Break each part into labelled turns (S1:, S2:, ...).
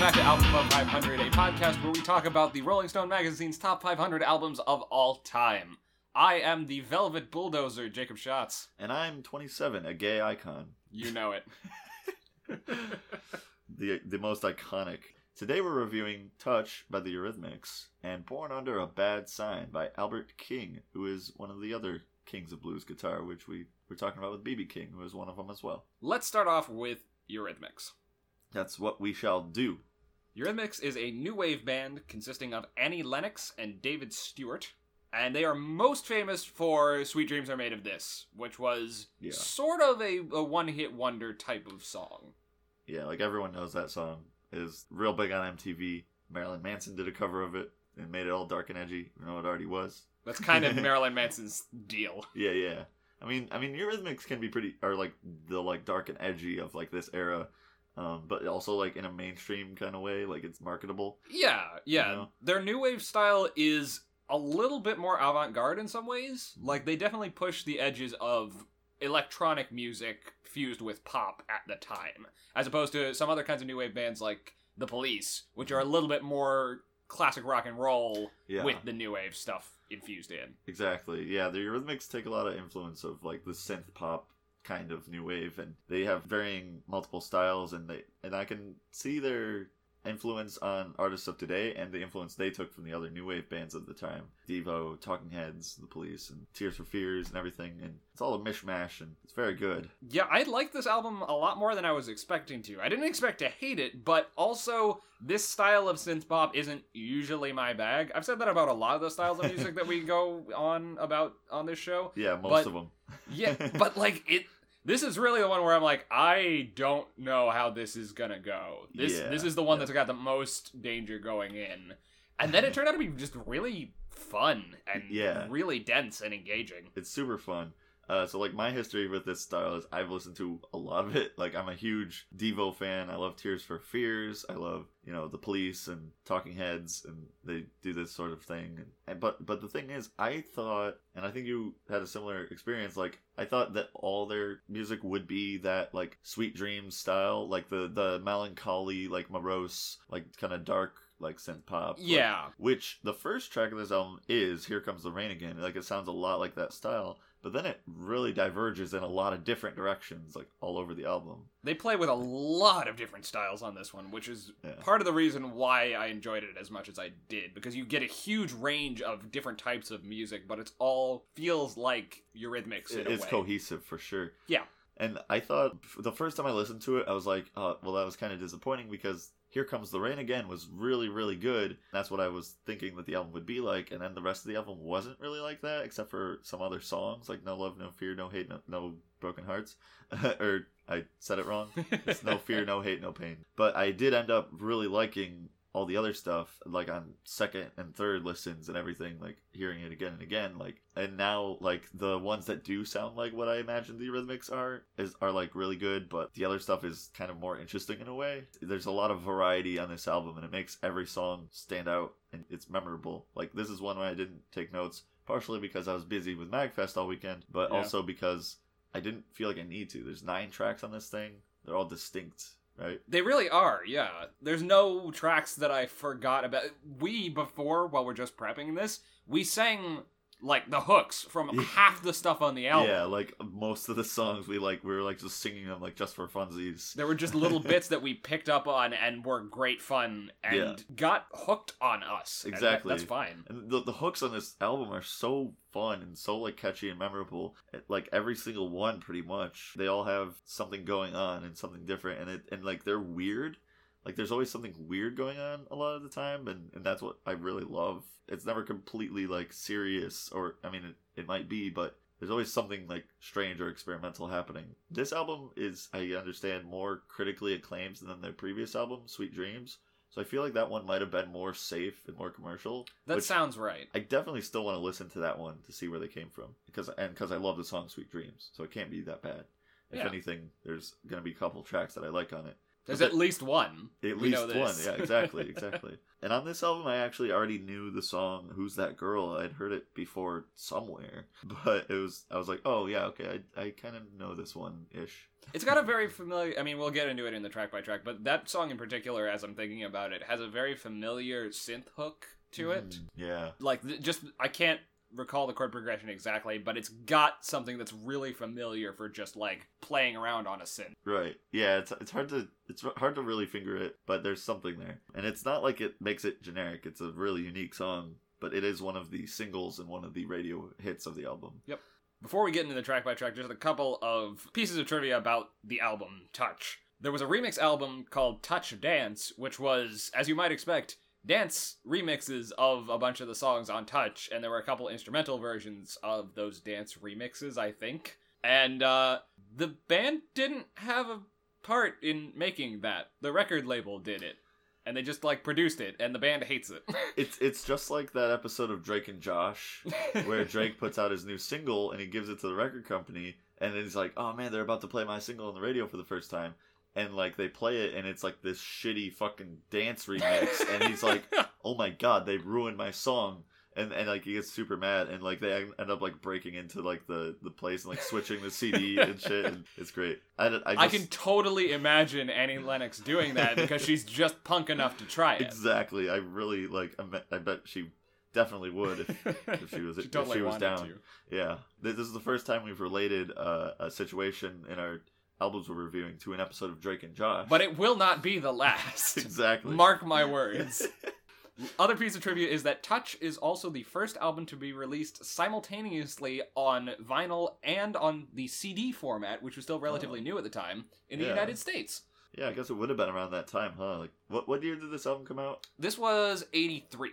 S1: back to Album of 500, a podcast where we talk about the Rolling Stone magazine's top 500 albums of all time. I am the Velvet Bulldozer, Jacob Schatz.
S2: And I'm 27, a gay icon.
S1: You know it.
S2: The the most iconic. Today we're reviewing Touch by the Eurythmics and Born Under a Bad Sign by Albert King, who is one of the other kings of blues guitar, which we were talking about with BB King, who is one of them as well.
S1: Let's start off with Eurythmics.
S2: That's what we shall do.
S1: Eurythmics is a new wave band consisting of Annie Lennox and David Stewart, and they are most famous for Sweet Dreams Are Made of This, which was
S2: Yeah.
S1: sort of a, a one hit wonder type of song.
S2: Yeah, like everyone knows that song is real big on MTV. Marilyn Manson did a cover of it and made it all dark and edgy, even though it already was.
S1: That's kind of Marilyn Manson's deal.
S2: Yeah, yeah. I mean, I mean, Eurythmics can be pretty, are like the like dark and edgy of like this era, um, but also like in a mainstream kind of way, like it's marketable.
S1: Yeah, yeah.
S2: You know?
S1: Their new wave style is a little bit more avant garde in some ways. Like, they definitely push the edges of electronic music fused with pop at the time, as opposed to some other kinds of new wave bands like The Police, which are a little bit more classic rock and roll
S2: Yeah,
S1: with the new wave stuff infused in.
S2: exactly. Yeah, the Eurythmics take a lot of influence of like the synth pop kind of new wave, and they have varying multiple styles, and they and I can see their influence on artists of today and the influence they took from the other new wave bands of the time devo talking heads the police and tears for fears and everything and it's all a mishmash and it's very good
S1: Yeah, I like this album a lot more than I was expecting to. I didn't expect to hate it, but also this style of synth pop isn't usually my bag. I've said that about a lot of the styles of music that we go on about on this show.
S2: yeah most
S1: But-
S2: of them
S1: Yeah, but like it this is really the one where I'm like I don't know how this is going to go. This
S2: Yeah,
S1: this is the one
S2: yeah.
S1: that's got the most danger going in. And then it turned out to be just really fun and
S2: Yeah.
S1: really dense and engaging.
S2: it's super fun. Uh, so like my history with this style is I've listened to a lot of it. Like I'm a huge Devo fan. I love Tears for Fears. I love you know the Police and Talking Heads, and they do this sort of thing. And but but the thing is, I thought, and I think you had a similar experience. Like I thought that all their music would be that like Sweet Dreams style, like the the melancholy, like morose, like kind of dark, like synth pop. like,
S1: Yeah.
S2: which the first track of this album is "Here Comes the Rain Again." Like it sounds a lot like that style, but then it really diverges in a lot of different directions, like all over the album.
S1: They play with a lot of different styles on this one, which is
S2: Yeah.
S1: part of the reason why I enjoyed it as much as I did, because you get a huge range of different types of music, but it's all feels like Eurythmics in
S2: It-
S1: a
S2: it's
S1: way.
S2: cohesive for sure.
S1: Yeah.
S2: And I thought f- the first time I listened to it, I was like, uh, "Well, that was kind of disappointing because "Here Comes the Rain Again" was really, really good. That's what I was thinking that the album would be like, and then the rest of the album wasn't really like that, except for some other songs like "No Love, No Fear, No Hate, No, no Broken Hearts," or I said it wrong. it's no fear, no hate, no pain. But I did end up really liking all the other stuff, like on second and third listens and everything, like hearing it again and again, like and now like the ones that do sound like what I imagined the rhythmics are is are like really good, but the other stuff is kind of more interesting in a way. There's a lot of variety on this album and it makes every song stand out and it's memorable. Like this is one where I didn't take notes, partially because I was busy with Magfest all weekend, but
S1: Yeah.
S2: also because I didn't feel like I need to. There's nine tracks on this thing. They're all distinct, right?
S1: They really are, yeah. There's no tracks that I forgot about. We before, while we're just prepping this, we sang like the hooks from
S2: Yeah.
S1: half the stuff on the album.
S2: Yeah, like most of the songs we like, we were like just singing them like just for funsies.
S1: There were just little bits that we picked up on and were great fun and
S2: Yeah.
S1: got hooked on us. And that-
S2: Exactly.
S1: that's fine.
S2: And the, the hooks on this album are so fun and so like catchy and memorable. Like every single one, pretty much, they all have something going on and something different, and it and like they're weird. Like there's always something weird going on a lot of the time, and and that's what I really love. It's never completely like serious, or I mean, it, it might be, but there's always something like strange or experimental happening. This album is, I understand, more critically acclaimed than their previous album, Sweet Dreams. So I feel like that one might have been more safe and more commercial.
S1: That
S2: which-
S1: sounds right.
S2: I definitely still want to listen to that one to see where they came from because and because I love the song "Sweet Dreams," so it can't be that bad. If
S1: Yeah.
S2: anything, there's gonna be a couple tracks that I like on it.
S1: There's
S2: But
S1: at least one.
S2: At
S1: We
S2: least
S1: know
S2: one.
S1: this.
S2: Yeah, exactly, exactly. and on this album, I actually already knew the song "Who's That Girl." I'd heard it before somewhere, but it was I was like, oh yeah, okay, I I kind of know this one ish.
S1: It's got a very familiar. I mean, we'll get into it in the track by track, but that song in particular, as I'm thinking about it, has a very familiar synth hook to it.
S2: Mm, Yeah.
S1: Like, th- just I can't recall the chord progression exactly, but it's got something that's really familiar for just like playing around on a synth.
S2: Right. Yeah, it's it's hard to it's hard to really finger it, but there's something there. And it's not like it makes it generic. It's a really unique song, but it is one of the singles and one of the radio hits of the album.
S1: Before we get into the track by track, just a couple of pieces of trivia about the album Touch. There was a remix album called Touch Dance, which was, as you might expect, dance remixes of a bunch of the songs on Touch, and there were a couple instrumental versions of those dance remixes, I think. And uh, the band didn't have a part in making that. The record label did it, and they just like produced it, and the band hates it.
S2: It's it's just like that episode of Drake and Josh where Drake puts out his new single and he gives it to the record company and then he's like, "Oh man, they're about to play my single on the radio for the first time." And like they play it and it's like this shitty fucking dance remix and he's like, "Oh my god, they ruined my song." And and like he gets super mad and like they en- end up like breaking into like the the place and like switching the CD and shit. And it's great. I don't- I,
S1: I
S2: just-
S1: can totally imagine Annie Lennox doing that because she's just punk enough to try it.
S2: exactly. I really like. I, me- I bet she definitely would if if she was- if she was
S1: wanted
S2: down.
S1: to.
S2: Yeah, Th- this is the first time we've related uh, a situation in our albums we're reviewing to an episode of Drake and Josh.
S1: But it will not be the last.
S2: exactly,
S1: Mark my words. Other piece of trivia is that Touch is also the first album to be released simultaneously on vinyl and on the CD format, which was still relatively new at the time, in the
S2: Oh. Yeah.
S1: United States.
S2: yeah, I guess it would have been around that time, huh? Like, what what year did this album come out?
S1: This was 83.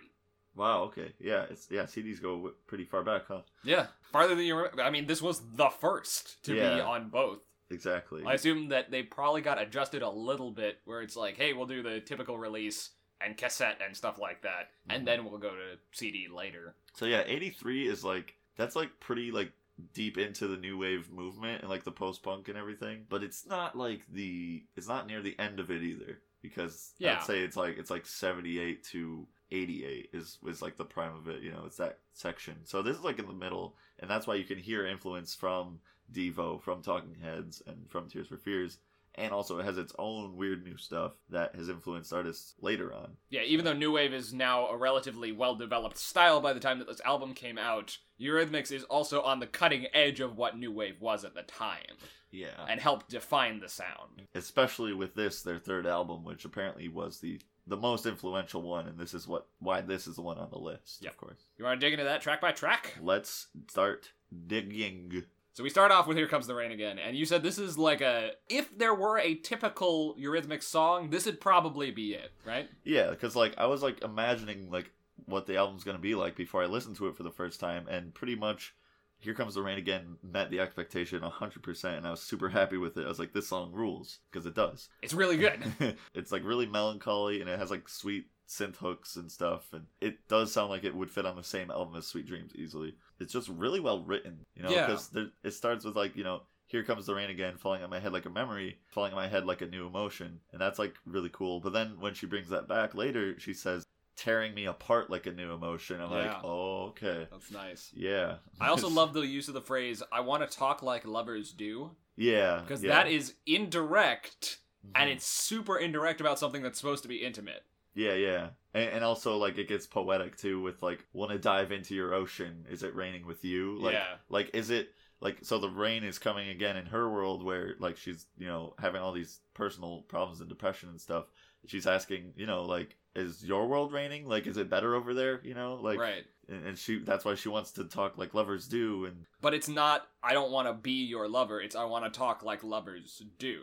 S2: Wow. Okay. Yeah. It's yeah. CDs go w- pretty far back, huh?
S1: Yeah, farther than you remember. I mean, this was the first to be
S2: Yeah.
S1: on both.
S2: Exactly.
S1: I assume that they probably got adjusted a little bit where it's like, hey, we'll do the typical release and cassette and stuff like that, and
S2: Mhm.
S1: then we'll go to CD later.
S2: So yeah, eighty three is like that's like pretty like deep into the new wave movement and like the post punk and everything. But it's not like the it's not near the end of it either because
S1: Yeah.
S2: I'd say it's like it's like seventy eight to eighty eight is is like the prime of it. You know, it's that section. So this is like in the middle, and that's why you can hear influence from Devo, from Talking Heads, and from Tears for Fears. And also, it has its own weird new stuff that has influenced artists later on.
S1: Yeah, even though New Wave is now a relatively well developed style by the time that this album came out, Eurythmics is also on the cutting edge of what New Wave was at the time
S2: Yeah.
S1: and helped define the sound.
S2: especially with this their third album which apparently was the the most influential one and this is what why this is the one on the list
S1: Yep.
S2: of course
S1: You want to dig into that track by track?
S2: let's start digging
S1: So we start off with Here Comes the Rain Again, and you said this is like a. If there were a typical Eurythmics song, this would probably be it, right?
S2: yeah because like i was like imagining like what the album's gonna be like before i listened to it for the first time and pretty much here comes the rain again met the expectation 100% and i was super happy with it i was like this song rules because it does
S1: It's really good.
S2: it's like really melancholy and it has like sweet synth hooks and stuff and it does sound like it would fit on the same album as sweet dreams easily it's just really well written you know
S1: Yeah.
S2: because it starts with like you know here comes the rain again falling on my head like a memory falling on my head like a new emotion and that's like really cool but then when she brings that back later she says tearing me apart like a new emotion i'm
S1: Yeah.
S2: like oh okay
S1: That's nice.
S2: yeah
S1: I also love the use of the phrase "I want to talk like lovers do"
S2: yeah
S1: because
S2: yeah.
S1: that is indirect and
S2: Mhm.
S1: it's super indirect about something that's supposed to be intimate.
S2: Yeah, yeah. And, and also like it gets poetic too with like wanna dive into your ocean. Is it raining with you? Like
S1: yeah,
S2: like is it like so the rain is coming again in her world where like she's, you know, having all these personal problems and depression and stuff. She's asking, you know, like, is your world raining? Like is it better over there? You know? Like
S1: right.
S2: and, and she that's why she wants to talk like lovers do and
S1: But it's not "I don't want to be your lover." It's "I want to talk like lovers do."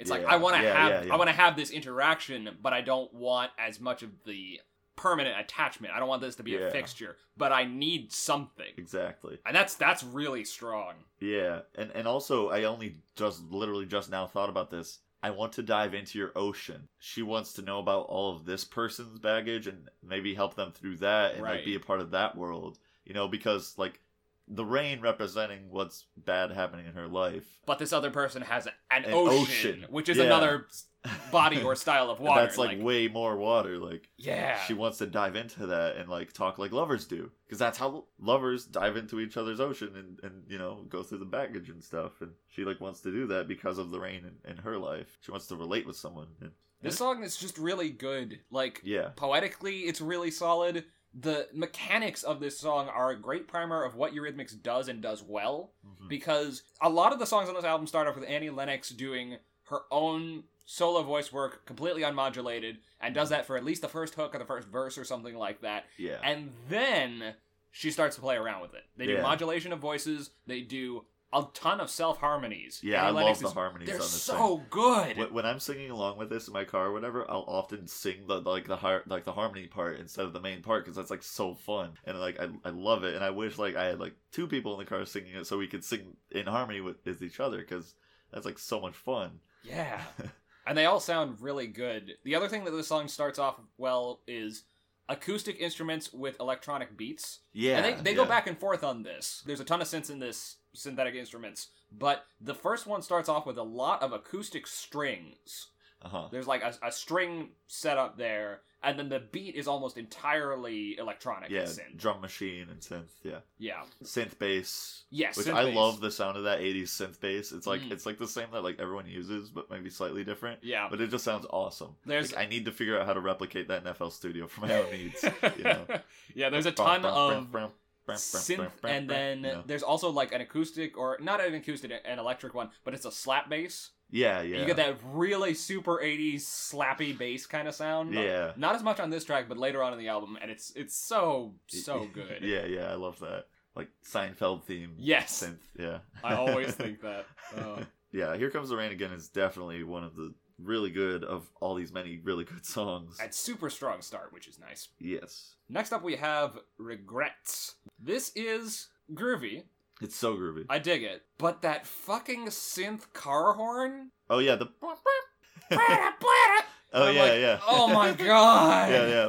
S1: It's like
S2: Yeah,
S1: I want to
S2: yeah,
S1: have
S2: yeah, yeah.
S1: I want to have this interaction, but I don't want as much of the permanent attachment. I don't want this to be a
S2: Yeah.
S1: fixture, but I need something,
S2: exactly.
S1: and that's that's really strong.
S2: Yeah, and and also I only just literally just now thought about this. I want to dive into your ocean. She wants to know about all of this person's baggage and maybe help them through that and
S1: Right.
S2: like be a part of that world. You know, because like the rain representing what's bad happening in her life.
S1: But this other person has an,
S2: An
S1: ocean,
S2: ocean.
S1: which is
S2: Yeah.
S1: another body or style of water.
S2: That's like, way more water. Like
S1: yeah,
S2: she wants to dive into that and like talk like lovers do, because that's how lovers dive into each other's ocean and and you know go through the baggage and stuff. And she like wants to do that because of the rain in, in her life. She wants to relate with someone. And,
S1: this song is just really good. Like
S2: yeah,
S1: poetically, it's really solid. The mechanics of this song are a great primer of what Eurythmics does and does well.
S2: Mhm.
S1: because a lot of the songs on this album start off with Annie Lennox doing her own solo voice work completely unmodulated and does that for at least the first hook or the first verse or something like that
S2: Hmm. yeah.
S1: and then she starts to play around with it they do
S2: Yeah.
S1: modulation of voices they do a ton of self harmonies
S2: yeah, I love the harmonies
S1: they're
S2: on this thing.
S1: so good
S2: When, when I'm singing along with this in my car or whatever, I'll often sing the like the har- like the harmony part instead of the main part because that's like so fun and like I, I love it and I wish like I had like two people in the car singing it so we could sing in harmony with, with each other because that's like so much fun.
S1: Yeah. and they all sound really good. The other thing that this song starts off well is acoustic instruments with electronic beats.
S2: Yeah,
S1: and they, they go
S2: yeah.
S1: back and forth on this. There's a ton of synths in this synthetic instruments, but the first one starts off with a lot of acoustic strings.
S2: Uh-huh.
S1: There's like a, a string setup there, and then the beat is almost entirely electronic
S2: Yeah,
S1: synth.
S2: drum machine and synth. Yeah,
S1: Yeah.
S2: synth bass.
S1: Yes.
S2: Which
S1: synth
S2: I
S1: bass.
S2: love the sound of that '80s synth bass. It's like
S1: Mm.
S2: it's like the same that like everyone uses, but maybe slightly different.
S1: Yeah.
S2: But it just sounds awesome.
S1: There's
S2: Like, I need to figure out how to replicate that in FL Studio for my own needs. you know.
S1: yeah, there's a ton of synth,
S2: synth,
S1: and then there's also like an acoustic or not an acoustic, an electric one, but it's a slap bass.
S2: yeah,
S1: And
S2: yeah,
S1: You get that really super '80s slappy bass kind of sound.
S2: yeah,
S1: Not as much on this track, but later on in the album, and it's it's so so good.
S2: yeah, yeah. I love that, like Seinfeld theme.
S1: Yes.
S2: synth. Yeah,
S1: I always think that. Uh,
S2: yeah, here comes the rain again is definitely one of the really good of all these many really good songs.
S1: and super strong start, which is nice.
S2: yes,
S1: Next up, we have regrets. This is groovy.
S2: it's so groovy.
S1: I dig it, but that fucking synth car horn.
S2: oh yeah, the
S1: And
S2: oh
S1: I'm
S2: yeah,
S1: like,
S2: yeah.
S1: Oh my god.
S2: yeah, yeah.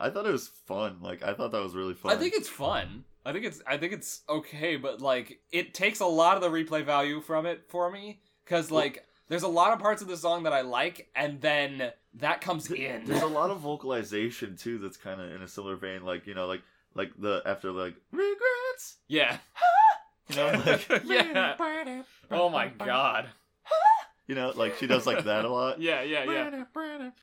S2: I thought it was fun. Like I thought that was really fun.
S1: I think it's fun. I think it's I think it's okay, but like it takes a lot of the replay value from it for me because
S2: Well-
S1: like there's a lot of parts of the song that I like, and then that comes
S2: Th-
S1: in.
S2: There's a lot of vocalization too that's kind of in a similar vein, like you know, like like the after like regrets,
S1: yeah.
S2: you know, like
S1: yeah. Oh my god.
S2: you know, like she does like that a lot.
S1: Yeah, yeah, yeah.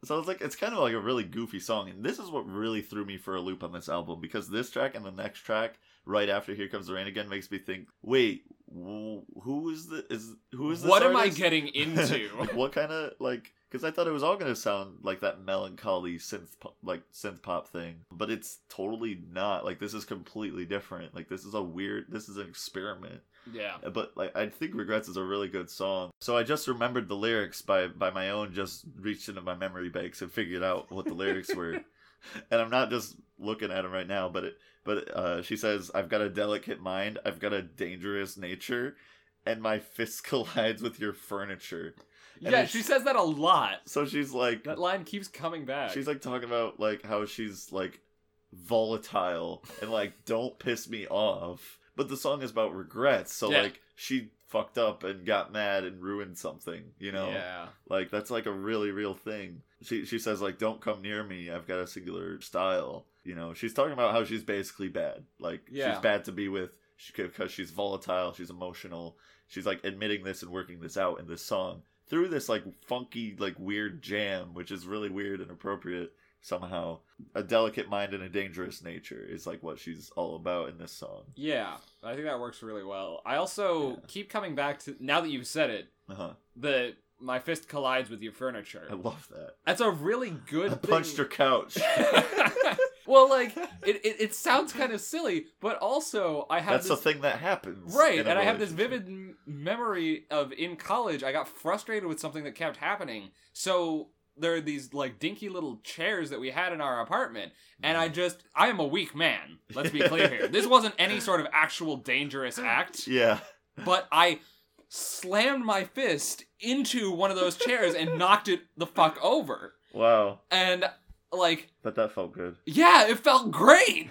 S2: So it's like it's kind of like a really goofy song, and this is what really threw me for a loop on this album because this track and the next track right after "Here Comes the Rain" again makes me think, wait, wh- who is the is who is this
S1: What am I
S2: artist?
S1: getting into?
S2: Like, what kind of like? Because I thought it was all going to sound like that melancholy synth po- like synth pop thing, but it's totally not. Like this is completely different. Like this is a weird. This is an experiment.
S1: yeah.
S2: But like I think "Regrets" is a really good song. So I just remembered the lyrics by by my own. Just reached into my memory banks and figured out what the lyrics were. And I'm not just looking at them right now, but it, but uh, she says, "I've got a delicate mind. I've got a dangerous nature." And my fist collides with your furniture. And
S1: Yeah,
S2: it's-
S1: she says that a lot.
S2: So she's like,
S1: That line keeps coming back.
S2: she's like talking about like how she's like volatile and like don't piss me off. But the song is about regrets, so
S1: Yeah.
S2: like she fucked up and got mad and ruined something, you know?
S1: Yeah.
S2: Like that's like a really real thing. She she says like don't come near me. I've got a singular style. You know, she's talking about how she's basically bad. Like
S1: Yeah.
S2: she's bad to be with because she's volatile, she's emotional. She's like admitting this and working this out in this song through this like funky like weird jam, which is really weird and appropriate somehow. A delicate mind and a dangerous nature is like what she's all about in this song.
S1: Yeah. I think that works really well. I also
S2: Yeah.
S1: keep coming back to now that you've said it,
S2: Uh-huh.
S1: the my fist collides with your furniture.
S2: I love that.
S1: That's a really good
S2: I punched her
S1: thing.
S2: couch.
S1: well, like it, it, it sounds kind of silly, but also I have
S2: That's the
S1: this
S2: thing that happens.
S1: right,
S2: in a
S1: and I have this
S2: relationship.
S1: vivid m- memory of in college I got frustrated with something that kept happening. So there are these like dinky little chairs that we had in our apartment, and I just I am a weak man. Let's be clear here. This wasn't any sort of actual dangerous act
S2: Yeah.
S1: but I slammed my fist into one of those chairs and knocked it the fuck over.
S2: Wow.
S1: And like,
S2: But that felt good.
S1: yeah, it felt great.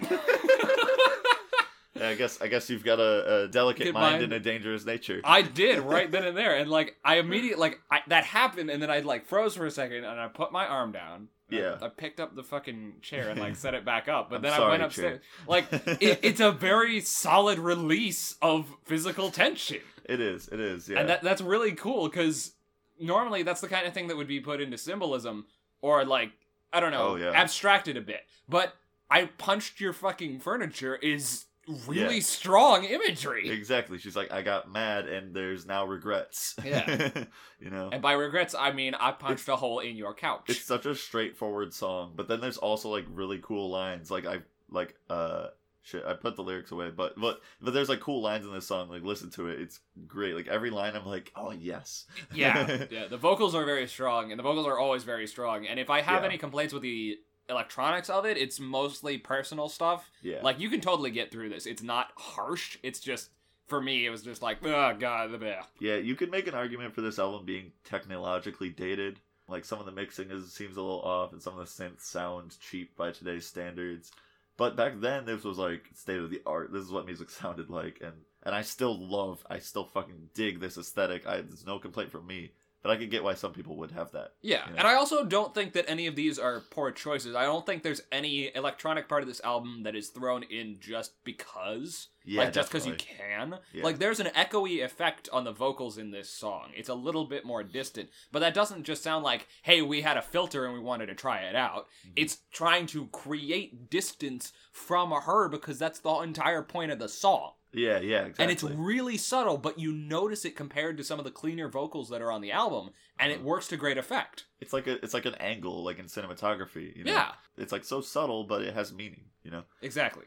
S2: Yeah, I guess I guess you've got a, a delicate
S1: Good
S2: mind,
S1: mind.
S2: and a dangerous nature.
S1: I did right then and there, and like I immediately like I, that happened, and then I like froze for a second, and I put my arm down. and I-
S2: Yeah.
S1: I, picked up the fucking chair and like set it back up, but
S2: I'm
S1: then I
S2: sorry,
S1: went upstairs. Like it, it's a very solid release of physical tension,
S2: it is. It is. Yeah.
S1: and that that's really cool because normally that's the kind of thing that would be put into symbolism or like I don't know,
S2: Oh, yeah.
S1: abstracted a bit. But I punched your fucking furniture is really
S2: Yeah.
S1: strong imagery.
S2: exactly. She's like, I got mad, and there's now regrets.
S1: Yeah.
S2: you know.
S1: And by regrets, I mean I punched a hole in your couch.
S2: it's such a straightforward song but then there's also like really cool lines like i like uh shit i put the lyrics away but but but there's like cool lines in this song like listen to it it's great like every line i'm like oh yes
S1: yeah, yeah. The vocals are very strong, and the vocals are always very strong. And if I have
S2: Yeah.
S1: any complaints with the electronics of it, it's mostly personal stuff.
S2: yeah
S1: Like you can totally get through this. It's not harsh. It's just for me, it was just like, oh god, the bear.
S2: yeah you could make an argument for this album being technologically dated like some of the mixing is seems a little off and some of the synths sound cheap by today's standards but back then this was like state of the art this is what music sounded like and and i still love i still fucking dig this aesthetic i there's no complaint from me but i can get why some people would have that
S1: Yeah.
S2: Yeah.
S1: and I also don't think that any of these are poor choices. I don't think there's any electronic part of this album that is thrown in just because.
S2: yeah
S1: like just because you
S2: definitely.
S1: can.
S2: Yeah.
S1: Like there's an echoey effect on the vocals in this song. It's a little bit more distant, but that doesn't just sound like, "Hey, we had a filter and we wanted to try it out."
S2: Mhm.
S1: It's trying to create distance from her because that's the entire point of the song.
S2: yeah yeah exactly.
S1: And it's really subtle, but you notice it compared to some of the cleaner vocals that are on the album, and it
S2: Uh-huh.
S1: works to great effect.
S2: it's like a it's like an angle like in cinematography you know?
S1: Yeah,
S2: it's like so subtle but it has meaning you know
S1: exactly.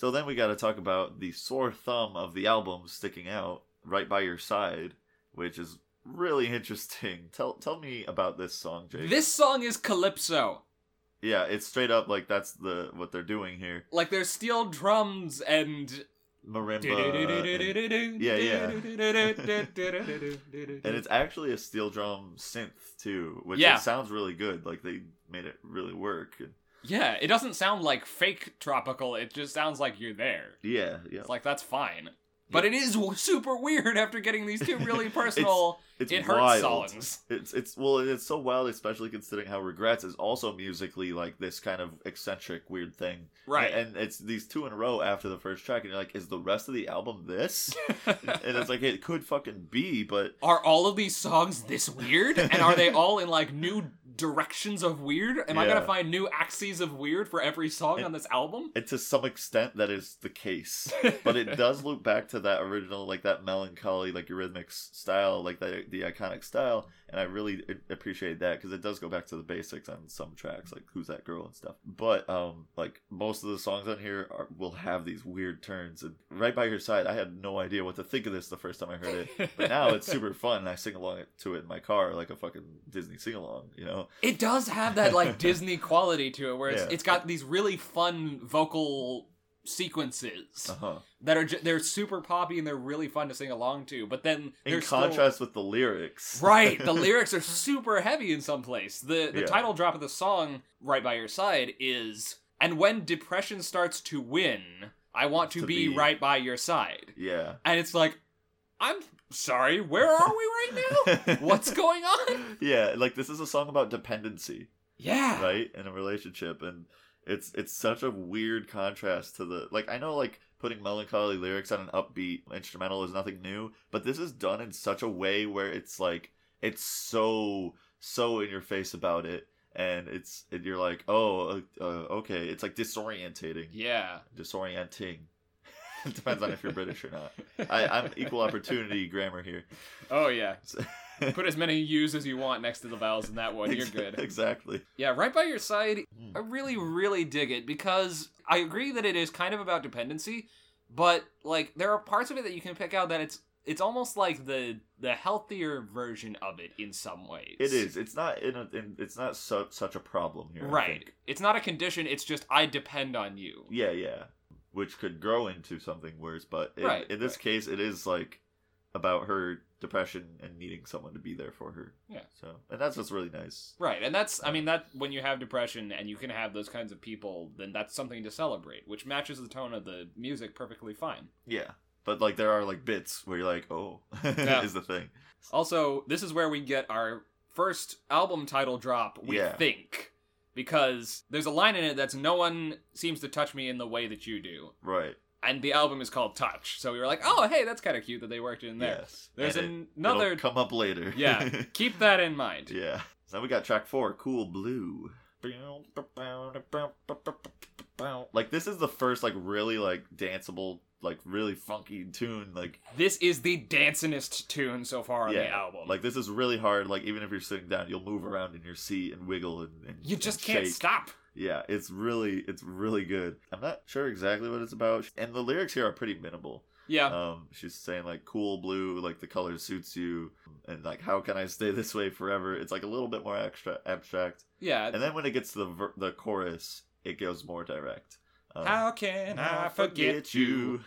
S2: So then we got to talk about the sore thumb of the album sticking out right by your side, which is really interesting. Tell tell me about this song, Jake.
S1: This song is calypso.
S2: yeah, it's straight up like that's the what they're doing here.
S1: Like there's steel drums and
S2: Marimba. and- uh, Yeah, yeah. And it's actually a steel drum synth too, which
S1: Yeah.
S2: it sounds really good. Like they made it really work. And
S1: Yeah, it doesn't sound like fake tropical. It just sounds like you're there.
S2: yeah, yeah.
S1: It's like that's fine. But it is w- super weird after getting these two really
S2: It's
S1: personal
S2: It's
S1: it hurts
S2: wild.
S1: songs.
S2: It's it's well, it's so wild, especially considering how regrets is also musically like this kind of eccentric, weird thing.
S1: Right.
S2: And it's these two in a row after the first track, and you're like, is the rest of the album this? and it's like, it could fucking be, but
S1: are all of these songs this weird? And are they all in like new directions of weird? Am I gonna
S2: Yeah.
S1: find new axes of weird for every song
S2: And-
S1: on this album?
S2: and to some extent, that is the case. But it does loop back to that original, like that melancholy, like rhythmic s- style, like the, the iconic style, and I really a- appreciate that because it does go back to the basics on some tracks, like "Who's That Girl" and stuff. But um, like most of the songs on here are, will have these weird turns, and right by your side, I had no idea what to think of this the first time I heard it. But now it's super fun, and I sing along to it in my car like a fucking Disney sing along, you know?
S1: It does have that like Disney quality to it, where it's,
S2: Yeah.
S1: it's got these really fun vocal sequences
S2: Uh huh.
S1: that are ju- they're super poppy and they're really fun to sing along to. But then
S2: In
S1: there's
S2: contrast with the lyrics.
S1: still, right? The lyrics are super heavy in some place. The the
S2: Yeah.
S1: title drop of the song "Right by Your Side" is "And when depression starts to win, I want to,
S2: To
S1: be,
S2: be-
S1: right by your side,"
S2: Yeah.
S1: and it's like, I'm sorry, where are we right now? What's going on?
S2: yeah, like this is a song about dependency,
S1: Yeah,
S2: right? In a relationship and it's it's such a weird contrast to the like I know like putting melancholy lyrics on an upbeat instrumental is nothing new, but this is done in such a way where it's like it's so so in your face about it and it's and you're like, "Oh, uh, uh, okay, it's like disorientating."
S1: yeah.
S2: Disorienting. it depends on if you're British or not. I, I'm equal opportunity grammar here.
S1: Oh yeah. Put as many U's as you want next to the vowels in that one. You're good.
S2: Exactly.
S1: Yeah, right by your side.
S2: Hmm.
S1: I really, really dig it because I agree that it is kind of about dependency, but like there are parts of it that you can pick out that it's it's almost like the the healthier version of it in some ways.
S2: It is. It's not in, a, in it's not su- such a problem here. I
S1: right.
S2: think.
S1: It's not a condition. It's just I depend on you.
S2: Yeah, yeah. Which could grow into something worse, but in,
S1: Right,
S2: in this
S1: right.
S2: case, it is like about her depression and needing someone to be there for her.
S1: Yeah.
S2: So, and that's what's really nice.
S1: Right, and that's I mean that when you have depression and you can have those kinds of people, then that's something to celebrate, which matches the tone of the music perfectly fine.
S2: Yeah. But like there are like bits where you're like, "Oh,"
S1: Yeah.
S2: is the thing.
S1: Also, this is where we get our first album title drop, we
S2: Yeah.
S1: think, because there's a line in it that's no one seems to touch me in the way that you do.
S2: Right.
S1: And the album is called Touch. So we were like, "Oh, hey, that's kind of cute that they worked it in there."
S2: Yes.
S1: There's
S2: And it- it'll
S1: another
S2: come up later.
S1: Yeah. Keep that in mind.
S2: yeah. So now we got track 4, Cool Blue. Like this is the first like really like danceable, like really funky tune like
S1: This is the dancinest tune so far on the
S2: Yeah,
S1: album.
S2: Like this is really hard. Like even if you're sitting down, you'll move around in your seat and wiggle and, and
S1: you
S2: and
S1: just can't
S2: shake.
S1: stop.
S2: Yeah, it's really it's really good. I'm not sure exactly what it's about, and the lyrics here are pretty minimal.
S1: Yeah.
S2: Um, she's saying like cool blue, like the color suits you, and like how can I stay this way forever? It's like a little bit more extra abstract.
S1: yeah.
S2: And then when it gets to the ver- the chorus, it goes more direct. Um,
S1: How can I forget you?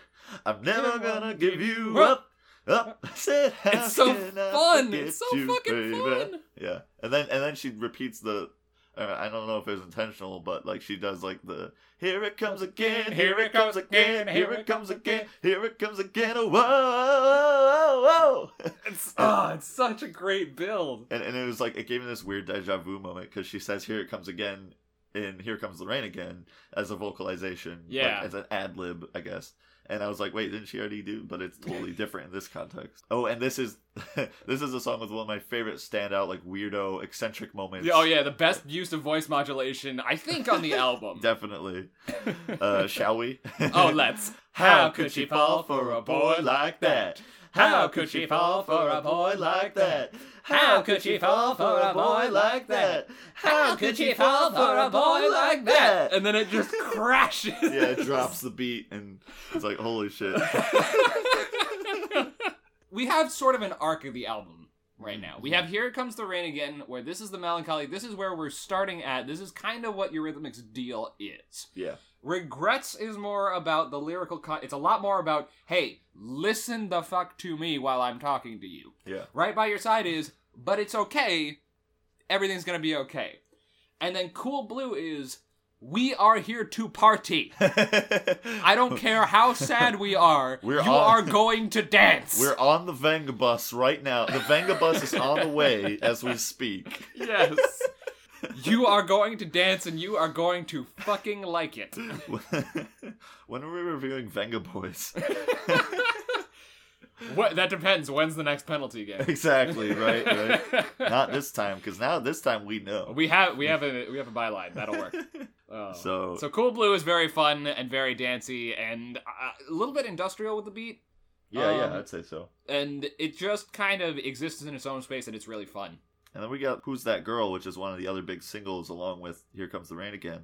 S2: I'm never gonna give you
S1: What?
S2: up. Up, I said, how
S1: It's so
S2: can I
S1: fun.
S2: forget
S1: It's so
S2: you,
S1: fucking
S2: baby?
S1: fun.
S2: Yeah, and then and then she repeats the. Uh, I don't know if it was intentional, but like she does like the here it comes again, here it comes again, here it comes again, here it comes again. Oh, whoa, whoa, whoa.
S1: It's oh, it's such a great build.
S2: and and it was like it gave me this weird deja vu moment because she says here it comes again and here comes the rain again as a vocalization, like,
S1: Yeah.
S2: as an ad lib, I guess. And I was like, wait, didn't she already do? But it's totally different in this context. Oh, and this is this is a song with one of my favorite standout like weirdo eccentric moments.
S1: Yeah, Oh yeah, the best use of voice modulation I think on the album.
S2: Definitely. Uh, shall we?
S1: oh, let's.
S2: How could she fall for a boy like that? How could she fall for a boy like that? How could she fall for a boy like that? How could she fall for a boy like that?
S1: And then it just crashes.
S2: Yeah, it drops the beat and it's like, holy shit.
S1: we have sort of an arc of the album right now.
S2: Mm-hmm.
S1: We have Here It Comes the Rain Again, where this is the melancholy, this is where we're starting at, this is kind of what Eurythmics' deal is.
S2: Yeah.
S1: Regrets is more about the lyrical con- it's a lot more about, hey, listen the fuck to me while I'm talking to you.
S2: Yeah.
S1: Right by your side is, but it's okay, everything's gonna be okay. And then Cool Blue is, we are here to party. I don't care how sad we are.
S2: We're
S1: you
S2: all-
S1: are going to dance.
S2: We're on the Vanga bus right now. The Vanga bus is on the way as we speak.
S1: yes. You are going to dance and you are going to fucking like it.
S2: when are we reviewing Venga Boys?
S1: What, that depends. When's the next penalty game?
S2: exactly, right? Right. Not this time, because now this time we know.
S1: we have we have a we have a byline that'll work. Oh.
S2: So,
S1: So cool blue is very fun and very dancey and uh, a little bit industrial with the beat
S2: yeah,
S1: um,
S2: yeah, I'd say so.
S1: and it just kind of exists in its own space and it's really fun.
S2: And then we got "Who's That Girl," which is one of the other big singles, along with "Here Comes the Rain Again."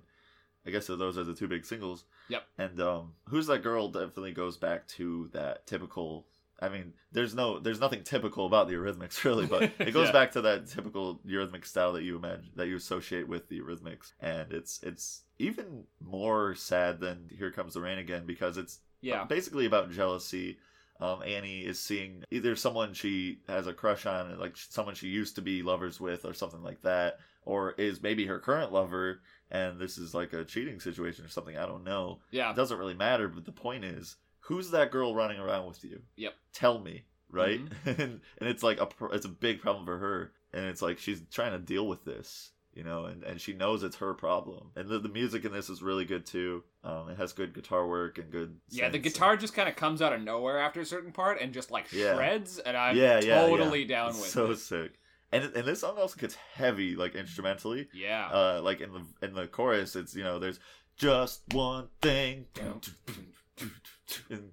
S2: I guess so those are the two big singles.
S1: Yep.
S2: And um, "Who's That Girl" definitely goes back to that typical. I mean, there's no, there's nothing typical about the Eurythmics really, but it goes
S1: Yeah.
S2: back to that typical Eurythmic style that you imagine that you associate with the Eurythmics, and it's it's even more sad than "Here Comes the Rain Again" because it's
S1: Yeah.
S2: basically about jealousy. Um, Annie is seeing either someone she has a crush on, like someone she used to be lovers with, or something like that, or is maybe her current lover, and this is like a cheating situation or something. I don't know.
S1: Yeah.
S2: It doesn't really matter, but the point is, who's that girl running around with you?
S1: Yep. Mm-hmm.
S2: Tell me, right? and, and it's like a pr- it's a big problem for her, and it's like she's trying to deal with this, you know, and, and she knows it's her problem. And the, the music in this is really good too. Um, it has good guitar work and good.
S1: Yeah, the
S2: synths.
S1: guitar just kind of comes out of nowhere after a certain part and just like
S2: Yeah.
S1: shreds, and I'm
S2: Yeah, yeah, yeah.
S1: totally down
S2: It's
S1: with
S2: so
S1: it.
S2: sick. And and this song also gets heavy, like instrumentally.
S1: Yeah.
S2: Uh, like in the in the chorus, it's you know there's just one thing, and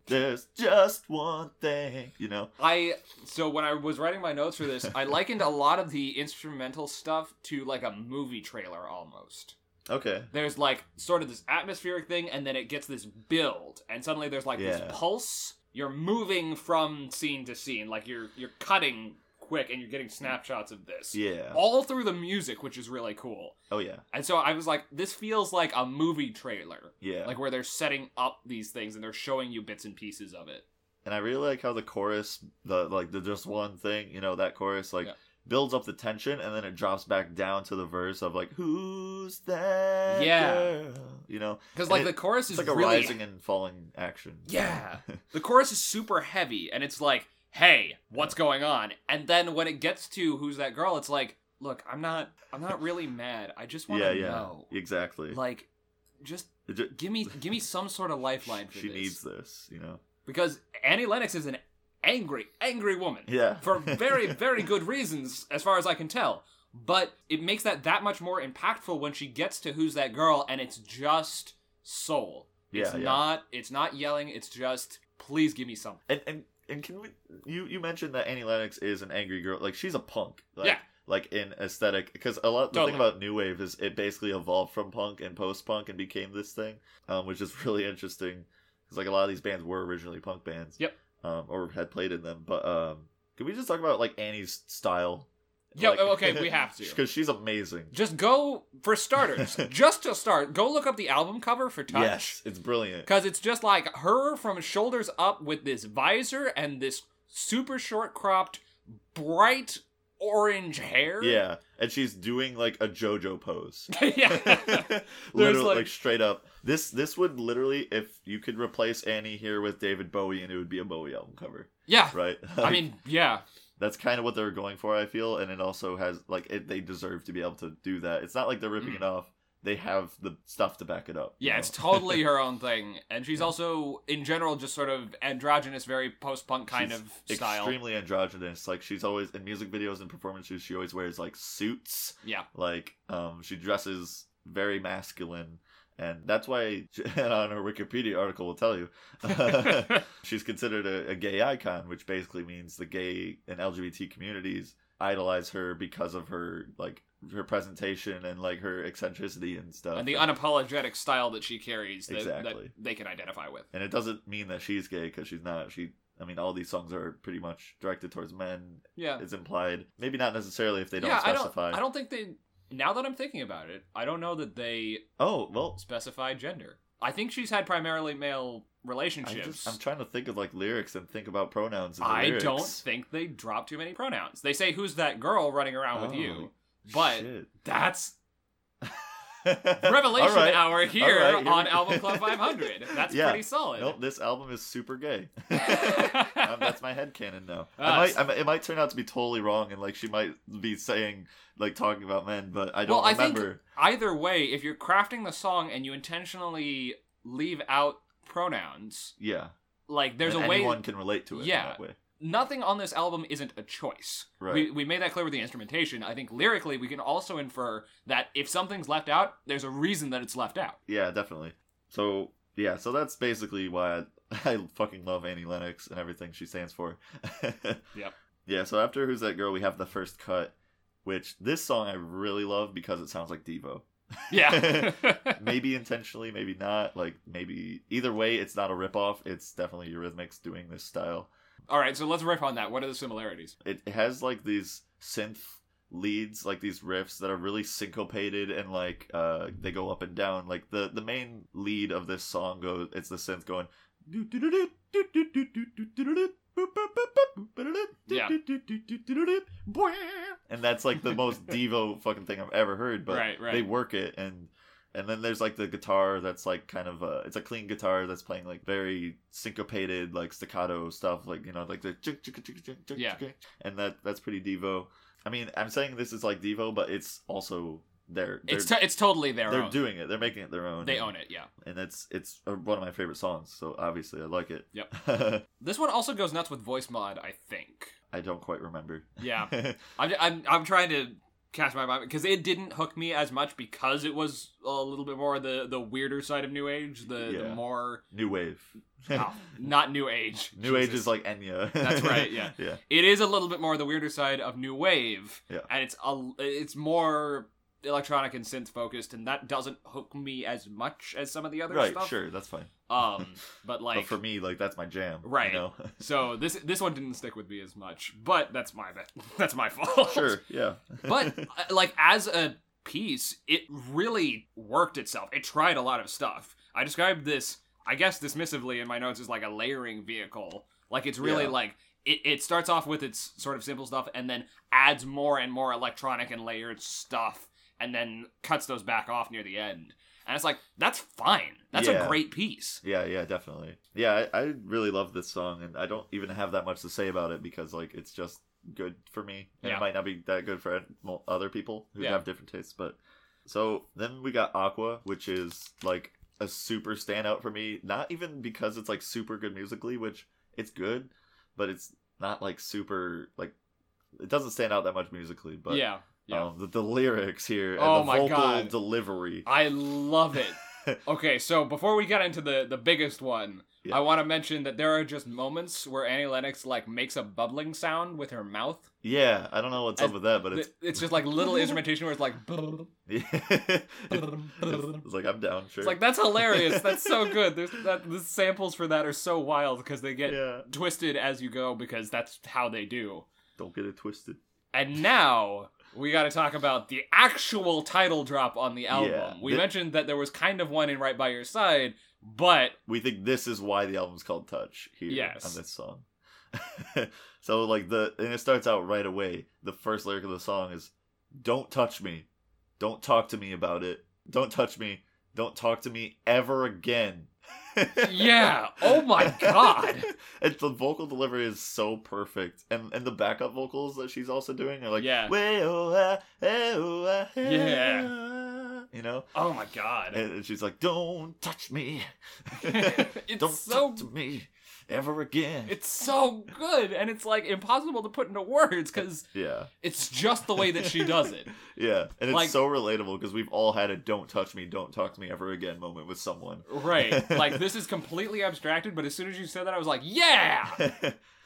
S2: there's just one thing, you know.
S1: I so when I was writing my notes for this, I likened a lot of the instrumental stuff to like a movie trailer almost.
S2: Okay.
S1: There's like sort of this atmospheric thing, and then it gets this build, and suddenly there's like
S2: Yeah.
S1: this pulse. You're moving from scene to scene, like you're you're cutting quick, and you're getting snapshots of this
S2: Yeah.
S1: all through the music, which is really cool.
S2: Oh yeah.
S1: And so I was like, this feels like a movie trailer,
S2: Yeah.
S1: like where they're setting up these things and they're showing you bits and pieces of it.
S2: and I really like how the chorus, the like the just one thing, you know, that chorus like
S1: Yeah.
S2: builds up the tension and then it drops back down to the verse of like who's that?
S1: Yeah.
S2: girl?" you know,
S1: Because
S2: And
S1: like the
S2: it-
S1: chorus
S2: it's
S1: is
S2: like a
S1: really
S2: rising and falling action.
S1: Yeah. the chorus is super heavy and it's like hey what's going on and then when it gets to who's that girl it's like look i'm not i'm not really mad i just want
S2: yeah,
S1: to
S2: yeah,
S1: know
S2: exactly.
S1: like just
S2: It ju-
S1: give me give me some sort of lifeline for
S2: she
S1: this
S2: needs this, you know.
S1: because annie lennox is an angry angry woman
S2: Yeah,
S1: for very very good reasons as far as i can tell but it makes that that much more impactful when she gets to who's that girl and it's just soul
S2: yeah,
S1: it's
S2: yeah.
S1: not it's not yelling it's just please give me something
S2: and and and can we? You you mentioned that Annie Lennox is an angry girl. Like she's a punk. Like,
S1: Yeah.
S2: Like in aesthetic, because a lot the
S1: Totally.
S2: thing about new wave is it basically evolved from punk and post punk and became this thing, um, which is really interesting. Because like a lot of these bands were originally punk bands.
S1: Yep.
S2: Um, or had played in them, but um, can we just talk about like Annie's style?
S1: Yeah, okay, we have to.
S2: Because she's amazing.
S1: just go for starters just to start go look up the album cover for touch
S2: Yes, it's brilliant.
S1: Because it's just like her from shoulders up with this visor and this super short cropped, bright orange hair.
S2: Yeah, and she's doing like a JoJo pose.
S1: yeah.
S2: literally, like,
S1: like-
S2: straight up. This this would literally, if you could replace Annie here with David Bowie, and it would be a Bowie album cover,
S1: Yeah.
S2: right?
S1: I mean, yeah.
S2: that's kind of what they're going for, I feel, and it also has like it, they deserve to be able to do that. It's not like they're ripping
S1: Mm.
S2: it off; they have the stuff to back it up. you
S1: Yeah,
S2: know?
S1: it's totally her own thing. And she's also, in general, just sort of androgynous, very post punk kind
S2: She's
S1: of style.
S2: extremely androgynous. Like she's always in music videos and performances, she always wears like suits.
S1: Yeah.
S2: like um, she dresses very masculine. And that's why, and on her Wikipedia article will tell you, She's considered a, a gay icon, which basically means the gay and LGBT communities idolize her because of her like her presentation and like her eccentricity and stuff.
S1: and the unapologetic style that she carries that,
S2: Exactly.
S1: that they can identify with.
S2: And it doesn't mean that she's gay because she's not. She, I mean, all these songs are pretty much directed towards men.
S1: Yeah.
S2: It's implied, maybe not necessarily if they don't
S1: yeah,
S2: specify.
S1: I don't, I don't think they. Now that I'm thinking about it, I don't know that they
S2: Oh well,
S1: specify gender. I think she's had primarily male
S2: I
S1: relationships.
S2: just, I'm trying to think of like lyrics and think about pronouns. In the
S1: I
S2: lyrics.
S1: don't think they drop too many pronouns. They say, "Who's that girl running around
S2: Oh.
S1: with you?" But
S2: shit.
S1: That's
S2: All
S1: revelation
S2: right.
S1: hour here
S2: All right, here
S1: on
S2: we-
S1: Album Club 500. That's
S2: Yeah.
S1: pretty solid.
S2: Nope, this album is super gay. um, that's
S1: that's
S2: my headcanon now.
S1: Ah,
S2: I might, I might, it might turn out to be totally wrong, and like she might be saying, like talking about men, but I don't
S1: Well, I think-
S2: remember.
S1: Either way, if you're crafting the song and you intentionally leave out pronouns,
S2: yeah,
S1: like there's
S2: and
S1: a way
S2: anyone can relate to it. Yeah,
S1: Yeah.
S2: that way.
S1: nothing on this album isn't a choice.
S2: Right.
S1: We, we made that clear with the instrumentation. I think lyrically, we can also infer that if something's left out, there's a reason that it's left out.
S2: yeah, definitely. So yeah, so that's basically why I, I fucking love Annie Lennox and everything she stands for.
S1: Yep.
S2: Yeah. So after Who's That Girl, we have the first cut, which this song I really love because it sounds like Devo.
S1: Yeah.
S2: maybe intentionally, maybe not. Like maybe either way, it's not a ripoff. It's definitely Eurythmics doing this style.
S1: All right, so let's riff on that. What are the similarities?
S2: it has like these synth leads like these riffs that are really syncopated and like uh they go up and down like the the main lead of this song goes it's the synth going
S1: Yeah.
S2: and that's like the most devo fucking thing i've ever heard but
S1: right, right.
S2: they work it and and then there's like the guitar that's like kind of a it's a clean guitar that's playing like very syncopated like staccato stuff like you know like the chick, chick, chick, chick, chick, chick,
S1: Yeah.
S2: chick, and that that's pretty devo i mean i'm saying this is like devo but it's also their they're,
S1: it's to it's totally their
S2: they're
S1: own.
S2: doing it they're making it their own
S1: they own it, yeah.
S2: and it's it's uh, one of my favorite songs so obviously i like it
S1: Yep.
S2: yep
S1: This one also goes nuts with voice mod, I think.
S2: i don't quite remember
S1: Yeah, I'm I'm, I'm trying to cast my mind because it didn't hook me as much because it was a little bit more the the weirder side of new age, the,
S2: Yeah.
S1: the more
S2: new wave
S1: oh, not new age.
S2: new age
S1: Jesus.
S2: is like enya
S1: That's right, yeah.
S2: yeah
S1: it is a little bit more the weirder side of new wave
S2: Yeah.
S1: and it's a, it's more electronic and synth focused and that doesn't hook me as much as some of the other
S2: right
S1: stuff
S2: sure that's fine
S1: um but like
S2: but for me like that's my jam
S1: Right.
S2: you know?
S1: so this this one didn't stick with me as much but that's my bet that's my fault
S2: sure yeah
S1: but uh, like as a piece it really worked itself it tried a lot of stuff i described this i guess dismissively in my notes as like a layering vehicle Like it's really
S2: Yeah.
S1: like it, it starts off with its sort of simple stuff and then adds more and more electronic and layered stuff and then cuts those back off near the end. And it's like, that's fine. That's a
S2: Yeah.
S1: great piece.
S2: Yeah, yeah, definitely. Yeah, I, I really love this song, and I don't even have that much to say about it because like it's just good for me, and
S1: Yeah.
S2: it might not be that good for mo- other people who
S1: Yeah.
S2: have different tastes. But so then we got Aqua, which is like a super standout for me. Not even because it's like super good musically, which it's good, but it's not like super like it doesn't stand out that much musically. But
S1: yeah. Yeah.
S2: um, the, the lyrics here and
S1: Oh
S2: the
S1: my
S2: vocal
S1: God.
S2: delivery.
S1: I love it. okay, so before we get into the the biggest one,
S2: Yeah.
S1: I want to mention that there are just moments where Annie Lennox like makes a bubbling sound with her mouth.
S2: Yeah, I don't know what's up
S1: I-
S2: with that, but
S1: Th-
S2: it's
S1: It's, just like little instrumentation where it's like
S2: Yeah. it's, it's like I'm down. Sure.
S1: it's like that's hilarious. That's so good. There's that the samples for that are so wild because they get
S2: yeah.
S1: twisted as you go because that's how they do.
S2: Don't get it twisted.
S1: And now we got to talk about the actual title drop on the album.
S2: Yeah.
S1: we
S2: Th-
S1: mentioned that there was kind of one in Right by Your Side, but
S2: We think this is why the album's called Touch here
S1: Yes.
S2: on this song. so like the and it starts out right away. The first lyric of the song is "Don't touch me, don't talk to me about it, don't touch me, don't talk to me ever again."
S1: yeah. Oh my god.
S2: and the vocal delivery is so perfect, and and the backup vocals that she's also doing are like
S1: Yeah.
S2: yeah, you know,
S1: Oh my god.
S2: and and she's like, "Don't touch me,
S1: it's
S2: don't
S1: so
S2: touch me ever again."
S1: it's so good and it's like impossible to put into words cuz
S2: yeah,
S1: it's just the way that she does it.
S2: yeah, and it's
S1: Like-
S2: so relatable because we've all had a "Don't touch me, don't talk to me ever again" moment with someone.
S1: Right. Like this is completely abstracted, but as soon as you said that I was like, "Yeah!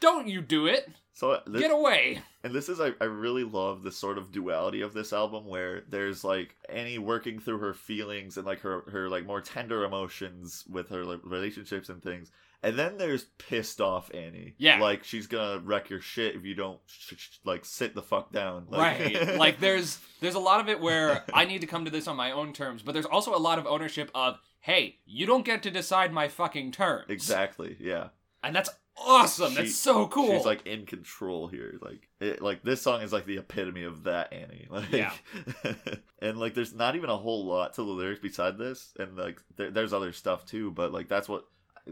S1: Don't you do it.
S2: so this,
S1: Get away."
S2: And this is I, I really love the sort of duality of this album where there's like Annie working through her feelings and like her her like more tender emotions with her like, relationships and things. And then there's pissed off Annie.
S1: Yeah.
S2: Like she's gonna wreck your shit if you don't sh- sh- like sit the fuck down. Like,
S1: right. Like there's there's a lot of it where I need to come to this on my own terms, but there's also a lot of ownership of, "Hey, you don't get to decide my fucking terms."
S2: exactly. Yeah.
S1: And that's awesome.
S2: She-
S1: that's so cool.
S2: She's like in control here. Like it, like this song is like the epitome of that Annie. Like,
S1: Yeah.
S2: and like there's not even a whole lot to the lyrics beside this, and like there, there's other stuff too, but like that's what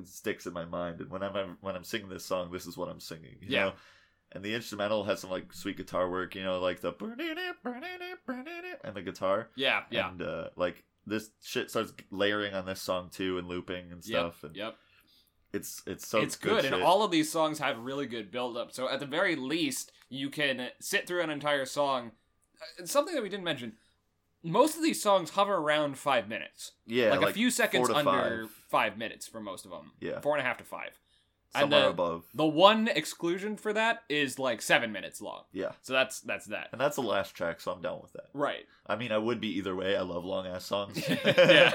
S2: sticks in my mind. And when I'm when I'm singing this song, this is what I'm singing. You
S1: Yeah.
S2: Know? And the instrumental has some like sweet guitar work, you know, like the and the guitar.
S1: yeah, yeah.
S2: And uh, like this shit starts layering on this song too and looping and stuff. and
S1: Yep.
S2: it's it's so
S1: it's good,
S2: shit.
S1: and all of these songs have really good build up so at the very least you can sit through an entire song Uh, something that we didn't mention most of these songs hover around five minutes
S2: yeah,
S1: like, a few seconds
S2: to
S1: under five.
S2: five.
S1: minutes for most of them
S2: Yeah.
S1: four and a half to five and uh,
S2: somewhere
S1: the-
S2: above.
S1: the one exclusion for that is like seven minutes long
S2: Yeah.
S1: so that's that's that
S2: And that's the last track, so I'm down with that.
S1: right
S2: I mean, I would be either way. I love long ass songs.
S1: Yeah.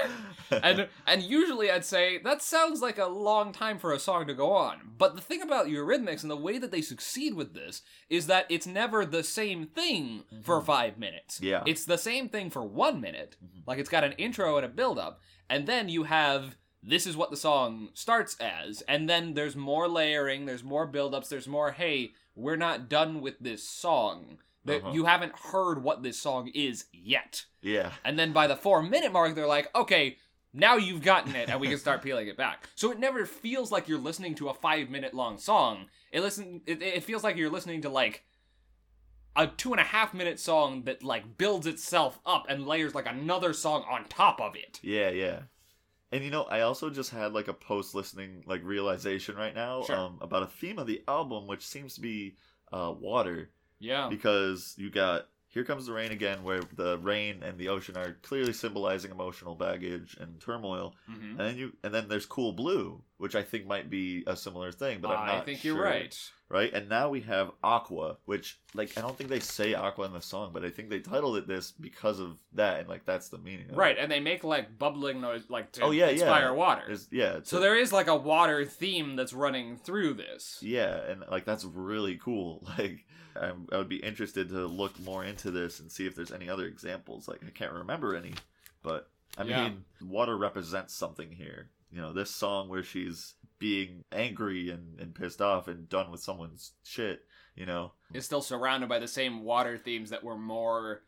S1: and and usually I'd say that sounds like a long time for a song to go on. But the thing about Eurythmics and the way that they succeed with this is that it's never the same thing for
S2: Mhm.
S1: five minutes.
S2: yeah.
S1: It's the same thing for one minute.
S2: Mhm.
S1: Like it's got an intro and a build up, and then you have this is what the song starts as, and then there's more layering, there's more build ups, there's more hey, we're not done with this song. That
S2: Uh-huh.
S1: you haven't heard what this song is yet.
S2: yeah.
S1: And then by the four minute mark, they're like, okay, now you've gotten it, and we can start peeling it back. So it never feels like you're listening to a five minute long song. It listen, it, it feels like you're listening to like a two and a half minute song that like builds itself up and layers like another song on top of it.
S2: Yeah, yeah. And you know, I also just had like a post listening like realization right now
S1: Sure.
S2: um, about a theme of the album, which seems to be uh, water,
S1: Yeah,
S2: because you got "Here Comes the Rain" again, where the rain and the ocean are clearly symbolizing emotional baggage and turmoil,
S1: hmm
S2: and then you and then there's "Cool Blue," which I think might be a similar thing, but I'm
S1: I
S2: not
S1: think
S2: sure.
S1: you're right.
S2: right? And now we have Aqua, which like I don't think they say Aqua in the song, but I think they titled it this because of that, and like that's the meaning. Of
S1: Right, and they make like bubbling noise, like to
S2: Oh, yeah, yeah.
S1: inspire water.
S2: It. It's- yeah. It's
S1: so
S2: a-
S1: there is like a water theme that's running through this.
S2: Yeah, and like that's really cool. Like I'm, I would be interested to look more into this and see if there's any other examples. Like I can't remember any, but I
S1: Yeah.
S2: mean, water represents something here. You know, this song where she's being angry and, and pissed off and done with someone's shit, you know?
S1: is still surrounded by the same water themes that were more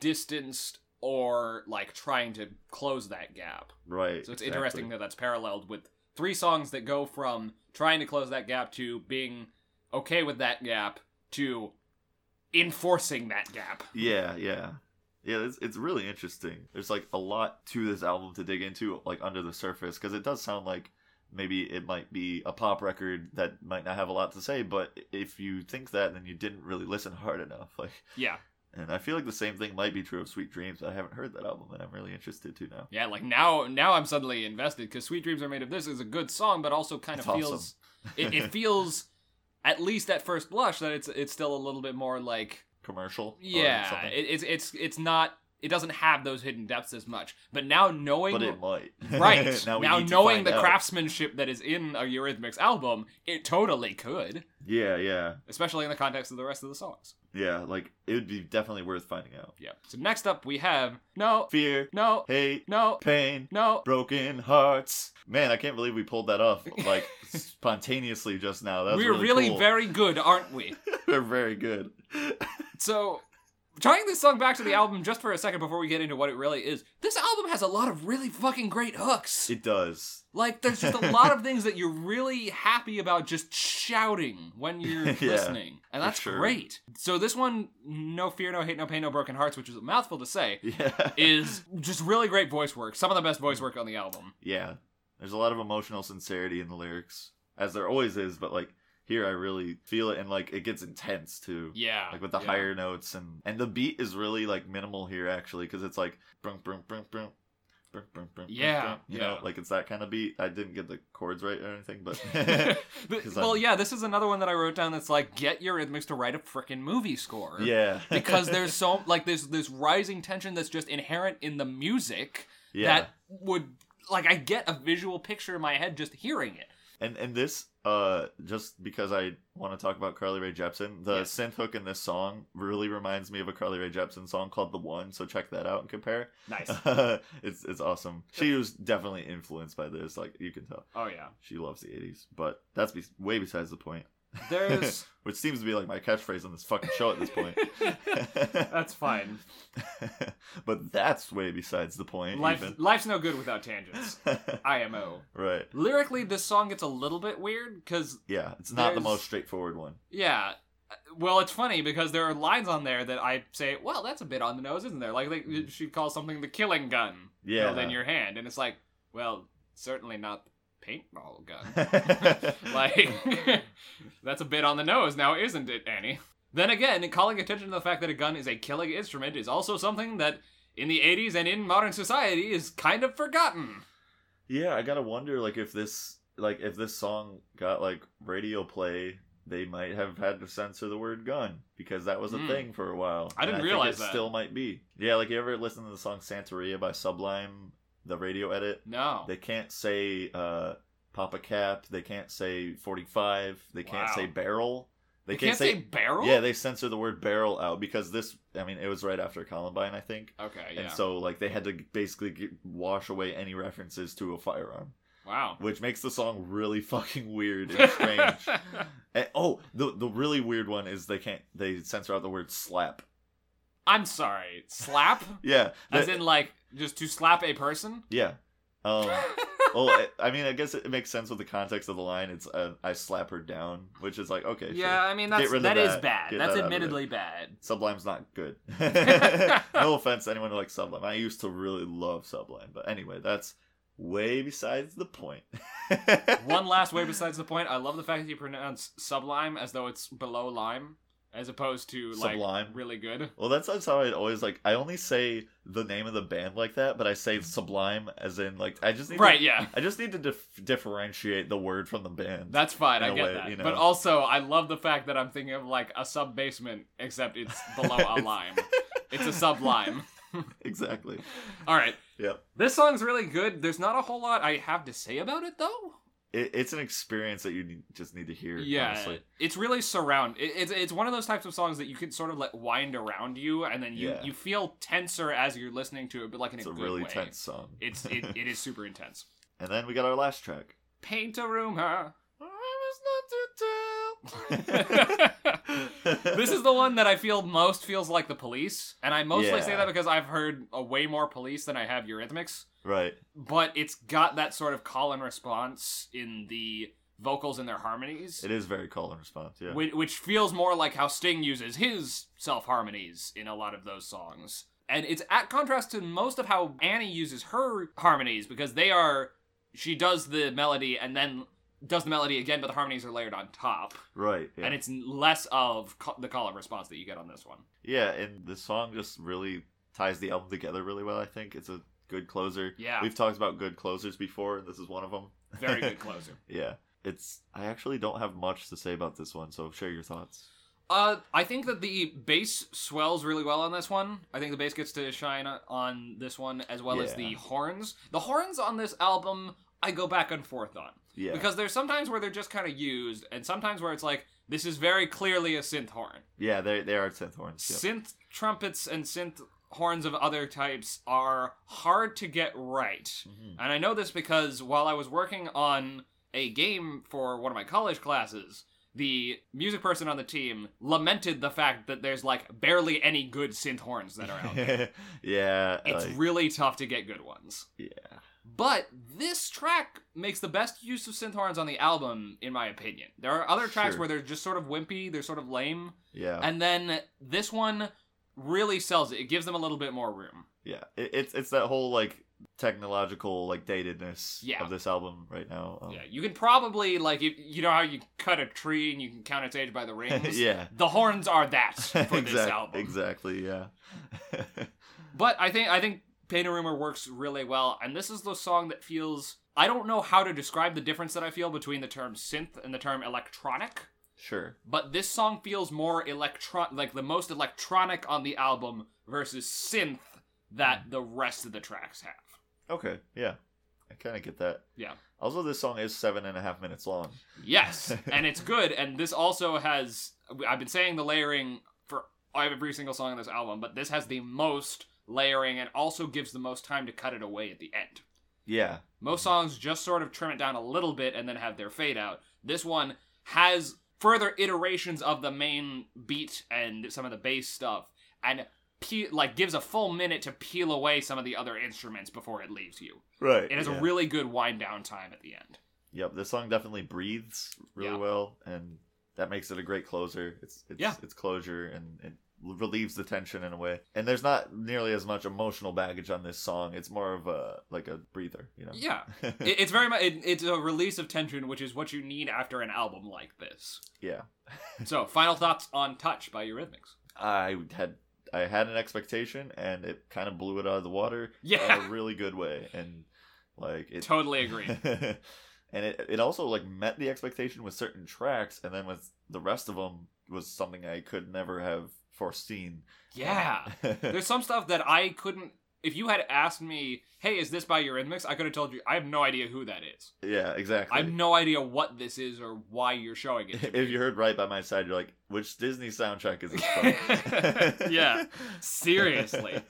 S1: distanced or like trying to close that gap.
S2: Right.
S1: So it's
S2: exactly.
S1: interesting that that's paralleled with three songs that go from trying to close that gap to being okay with that gap to enforcing that gap.
S2: Yeah, yeah. Yeah, it's, it's really interesting. There's like a lot to this album to dig into, like under the surface, because it does sound like maybe it might be a pop record that might not have a lot to say, but if you think that, then you didn't really listen hard enough. Like,
S1: Yeah.
S2: and I feel like the same thing might be true of Sweet Dreams. I haven't heard that album, and I'm really interested to now.
S1: Yeah, like now now I'm suddenly invested cuz Sweet Dreams Are Made of This is a good song but also kind of
S2: It's
S1: feels
S2: awesome.
S1: it, it feels at least at first blush that it's it's still a little bit more like
S2: Commercial, or
S1: Yeah,
S2: something.
S1: it, it's it's it's not. It doesn't have those hidden depths as much. But now knowing,
S2: but it might.
S1: right now,
S2: we need to
S1: knowing
S2: find
S1: the
S2: out.
S1: craftsmanship that is in a Eurythmics album, it totally could,
S2: Yeah, yeah,
S1: especially in the context of the rest of the songs.
S2: yeah. Like it would be definitely worth finding out.
S1: Yeah. So next up we have no,
S2: Fear,
S1: no,
S2: hate,
S1: no,
S2: pain,
S1: no.
S2: broken hearts. Man, I can't believe we pulled that off like spontaneously just now. That was
S1: We're really,
S2: cool.
S1: very good, aren't we?
S2: We're very good.
S1: So. Tying this song back to the album just for a second before we get into what it really is, this album has a lot of really fucking great hooks.
S2: It does.
S1: Like there's just a lot of things that you're really happy about just shouting when you're
S2: Yeah,
S1: listening. And
S2: for
S1: that's
S2: sure.
S1: great. So this one, No Fear, No Hate, No Pain, No Broken Hearts, which is a mouthful to say,
S2: Yeah.
S1: is just really great voice work. Some of the best voice work on the album.
S2: yeah. There's a lot of emotional sincerity in the lyrics, as there always is, but like here I really feel it and like it gets intense too.
S1: Yeah.
S2: Like with the
S1: yeah.
S2: higher notes and and the beat is really like minimal here actually because it's like brum brum brum brum brum brum brum.
S1: Yeah,
S2: brum, you
S1: yeah.
S2: know, like it's that kind of beat. I didn't get the chords right or anything, but
S1: But-
S2: 'Cause
S1: well,
S2: I'm-
S1: yeah, this is another one that I wrote down that's like, get your rhythmics to write a frickin' movie score.
S2: yeah,
S1: because there's so like there's this rising tension that's just inherent in the music
S2: yeah.
S1: that would like I get a visual picture in my head just hearing it.
S2: And and this uh just because I want to talk about Carly Rae Jepsen, the
S1: Yes.
S2: synth hook in this song really reminds me of a Carly Rae Jepsen song called "The One." So check that out and compare.
S1: Nice.
S2: it's it's awesome. She was definitely influenced by this, like you can tell.
S1: Oh yeah.
S2: She loves the '80s, but that's be- way besides the point.
S1: There's
S2: Which seems to be like my catchphrase on this fucking show at this point.
S1: That's fine.
S2: but that's way besides the point.
S1: Life
S2: even.
S1: life's no good without tangents. IMO.
S2: right.
S1: Lyrically this song gets a little bit weird cuz
S2: Yeah, it's not the
S1: There's-
S2: most straightforward one.
S1: yeah, well it's funny because there are lines on there that I say, well that's a bit on the nose, isn't there? Like they, she calls something the killing gun
S2: Yeah.
S1: held in your hand and it's like, well, certainly not the paintball gun. like that's a bit on the nose now isn't it annie then again calling attention to the fact that a gun is a killing instrument is also something that in the 80s and in modern society is kind of forgotten
S2: Yeah, I gotta wonder like if this like if this song got like radio play, they might have had to censor the word gun because that was a
S1: Mm.
S2: thing for a while.
S1: I didn't
S2: And
S1: realize
S2: think it
S1: that.
S2: Still might be. Yeah, like you ever listen to the song Santeria by Sublime, the radio edit?
S1: no
S2: They can't say uh Papa Cap, they can't say 45, they can't
S1: Wow.
S2: say barrel. They,
S1: You can't, say, barrel
S2: Yeah, they censor the word barrel out because this I mean it was right after Columbine, I think.
S1: okay yeah
S2: And so like they had to basically g wash away any references to a firearm
S1: wow
S2: which makes the song really fucking weird and strange. And- oh, the the really weird one is they can't they censor out the word slap.
S1: i'm sorry slap
S2: Yeah,
S1: as
S2: that-
S1: in like just to slap a person
S2: yeah. Um, well, I, I mean, I guess it, it makes sense with the context of the line. It's uh, I slap her down, which is like okay,
S1: yeah
S2: sure.
S1: i mean that's
S2: rid of
S1: that is
S2: that.
S1: bad
S2: Get
S1: that's
S2: that out of there.
S1: admittedly bad
S2: Sublime's not good. no offense to anyone who likes Sublime. I used to really love Sublime, but anyway, that's way besides the point.
S1: One last way besides the point. I love the fact that you pronounce sublime as though it's below lime, as opposed to like
S2: Sublime.
S1: really good.
S2: Well, that's, that's how I always like. I only say the name of the band like that, but I say Sublime as in like I just need
S1: Mm-hmm. Right?
S2: To,
S1: Yeah,
S2: I just need to dif- differentiate the word from the band.
S1: that's fine.
S2: In
S1: I
S2: a
S1: get
S2: way,
S1: that.
S2: you know.
S1: But also, I love the fact that I'm thinking of like a sub basement, except it's below a lime. It's a sublime.
S2: exactly.
S1: All right.
S2: Yep.
S1: This song's really good. There's not a whole lot I have to say about it though.
S2: It, it's an experience that you need, just need to hear.
S1: yeah,
S2: honestly.
S1: it's really surround. It, it's it's one of those types of songs that you can sort of let wind around you, and then you
S2: Yeah.
S1: you feel tenser as you're listening to it, but like in
S2: it's
S1: a,
S2: a
S1: good
S2: really
S1: way.
S2: tense song.
S1: It's it, it is super intense.
S2: and then we got our last track.
S1: Paint a rumor.
S2: I was
S1: this is the one that I feel most feels like the police, and I mostly say
S2: Yeah.
S1: that because I've heard a way more police than I have Eurythmics.
S2: right.
S1: But it's got that sort of call and response in the vocals and their harmonies,
S2: It is very call and response. Yeah.
S1: which, which feels more like how Sting uses his self harmonies in a lot of those songs. And it's at contrast to most of how Annie uses her harmonies because they are she does the melody and then does the melody again, but the harmonies are layered on top
S2: right. Yeah.
S1: and it's less of co- the call and response that you get on this one.
S2: yeah. And the song just really ties the album together really well. I think it's a good closer.
S1: Yeah,
S2: We've talked about good closers before, and this is one of them.
S1: very good closer.
S2: Yeah. It's. I actually don't have much to say about this one, so share your thoughts.
S1: Uh, I think that the bass swells really well on this one. I think the bass gets to shine o- on this one as well as the
S2: Yeah.
S1: horns. The horns on this album, I go back and forth on
S2: Yeah.
S1: because there's sometimes where they're just kind of used, and sometimes where it's like this is very clearly a synth horn.
S2: yeah. They they are synth horns. Yep.
S1: Synth trumpets and synth horns of other types are hard to get right.
S2: Mhm.
S1: And I know this because while I was working on a game for one of my college classes, the music person on the team lamented the fact that there's like barely any good synth horns that are out. there.
S2: yeah.
S1: it's
S2: like-
S1: really tough to get good ones.
S2: yeah.
S1: But this track makes the best use of synth horns on the album, in my opinion. There are other tracks
S2: Sure. Oh.
S1: where they're just sort of wimpy, they're sort of lame,
S2: Yeah.
S1: and then this one really sells it. It gives them a little bit more room.
S2: Yeah, it, it's it's that whole like technological like datedness
S1: Yeah.
S2: of this album right now. Um,
S1: Yeah, you can probably like if, you know how you cut a tree and you can count its age by the rings.
S2: yeah.
S1: The horns are that for this
S2: Exact-
S1: album.
S2: Exactly. Yeah.
S1: But I think I think Painter Rumor works really well, and this is the song that feels. I don't know how to describe the difference that I feel between the term synth and the term electronic,
S2: sure.
S1: but this song feels more electron like the most electronic on the album versus synth that
S2: Mm.
S1: the rest of the tracks have.
S2: Okay. Yeah. I kind of get that.
S1: Yeah.
S2: Also, this song is seven and a half minutes long.
S1: Yes, and it's good. And this also has. I've been saying the layering for every single song on this album, but this has the most layering and also gives the most time to cut it away at the end.
S2: Yeah.
S1: Most songs just sort of trim it down a little bit and then have their fade out. This one has further iterations of the main beat and some of the bass stuff, and pe- like gives a full minute to peel away some of the other instruments before it leaves you.
S2: Right.
S1: It has
S2: yeah.
S1: a really good wind down time at the end.
S2: Yep. This song definitely breathes really
S1: Yeah.
S2: well, and that makes it a great closer. It's it's
S1: Yeah.
S2: it's closure and it relieves the tension in a way. And there's not nearly as much emotional baggage on this song. It's more of a like a breather, you know.
S1: Yeah. it, it's very much it, it's a release of tension which is what you need after an album like this
S2: yeah.
S1: so final thoughts on touch by eurythmics
S2: I had I had an expectation and it kind of blew it out of the water in
S1: yeah
S2: a really good way and like it
S1: totally agree
S2: and it it also like met the expectation with certain tracks and then with the rest of them was something I could never have foreseen.
S1: yeah there's some stuff that i couldn't if you had asked me hey is this by eurythmics i could have told you i have no idea who that is
S2: yeah, exactly.
S1: i have no idea what this is or why you're showing it to me.
S2: if you heard right by my side, you're like, which Disney soundtrack is this from?
S1: Yeah. seriously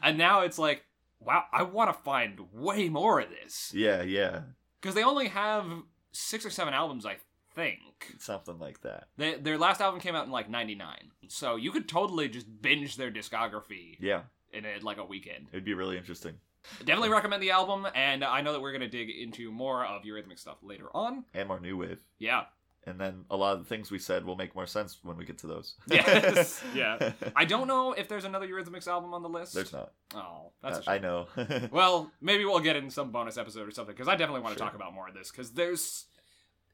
S1: and now it's like wow i want to find way more of this
S2: Yeah, yeah.
S1: because they only have six or seven albums i think
S2: Something like that.
S1: They, their last album came out in like '99, so you could totally just binge their discography
S2: Yeah.
S1: in a, like a weekend.
S2: It'd be really interesting.
S1: Definitely recommend the album, and I know that we're gonna dig into more of Eurythmic stuff later on.
S2: And more new wave.
S1: Yeah,
S2: and then a lot of the things we said will make more sense when we get to those.
S1: Yes. Yeah. I don't know if there's another Eurythmics album on the list.
S2: There's not. Uh,
S1: Oh, that's a
S2: I, I
S1: shame.
S2: know.
S1: Well, maybe we'll get in some bonus episode or something because I definitely want to
S2: Sure.
S1: talk about more of this because there's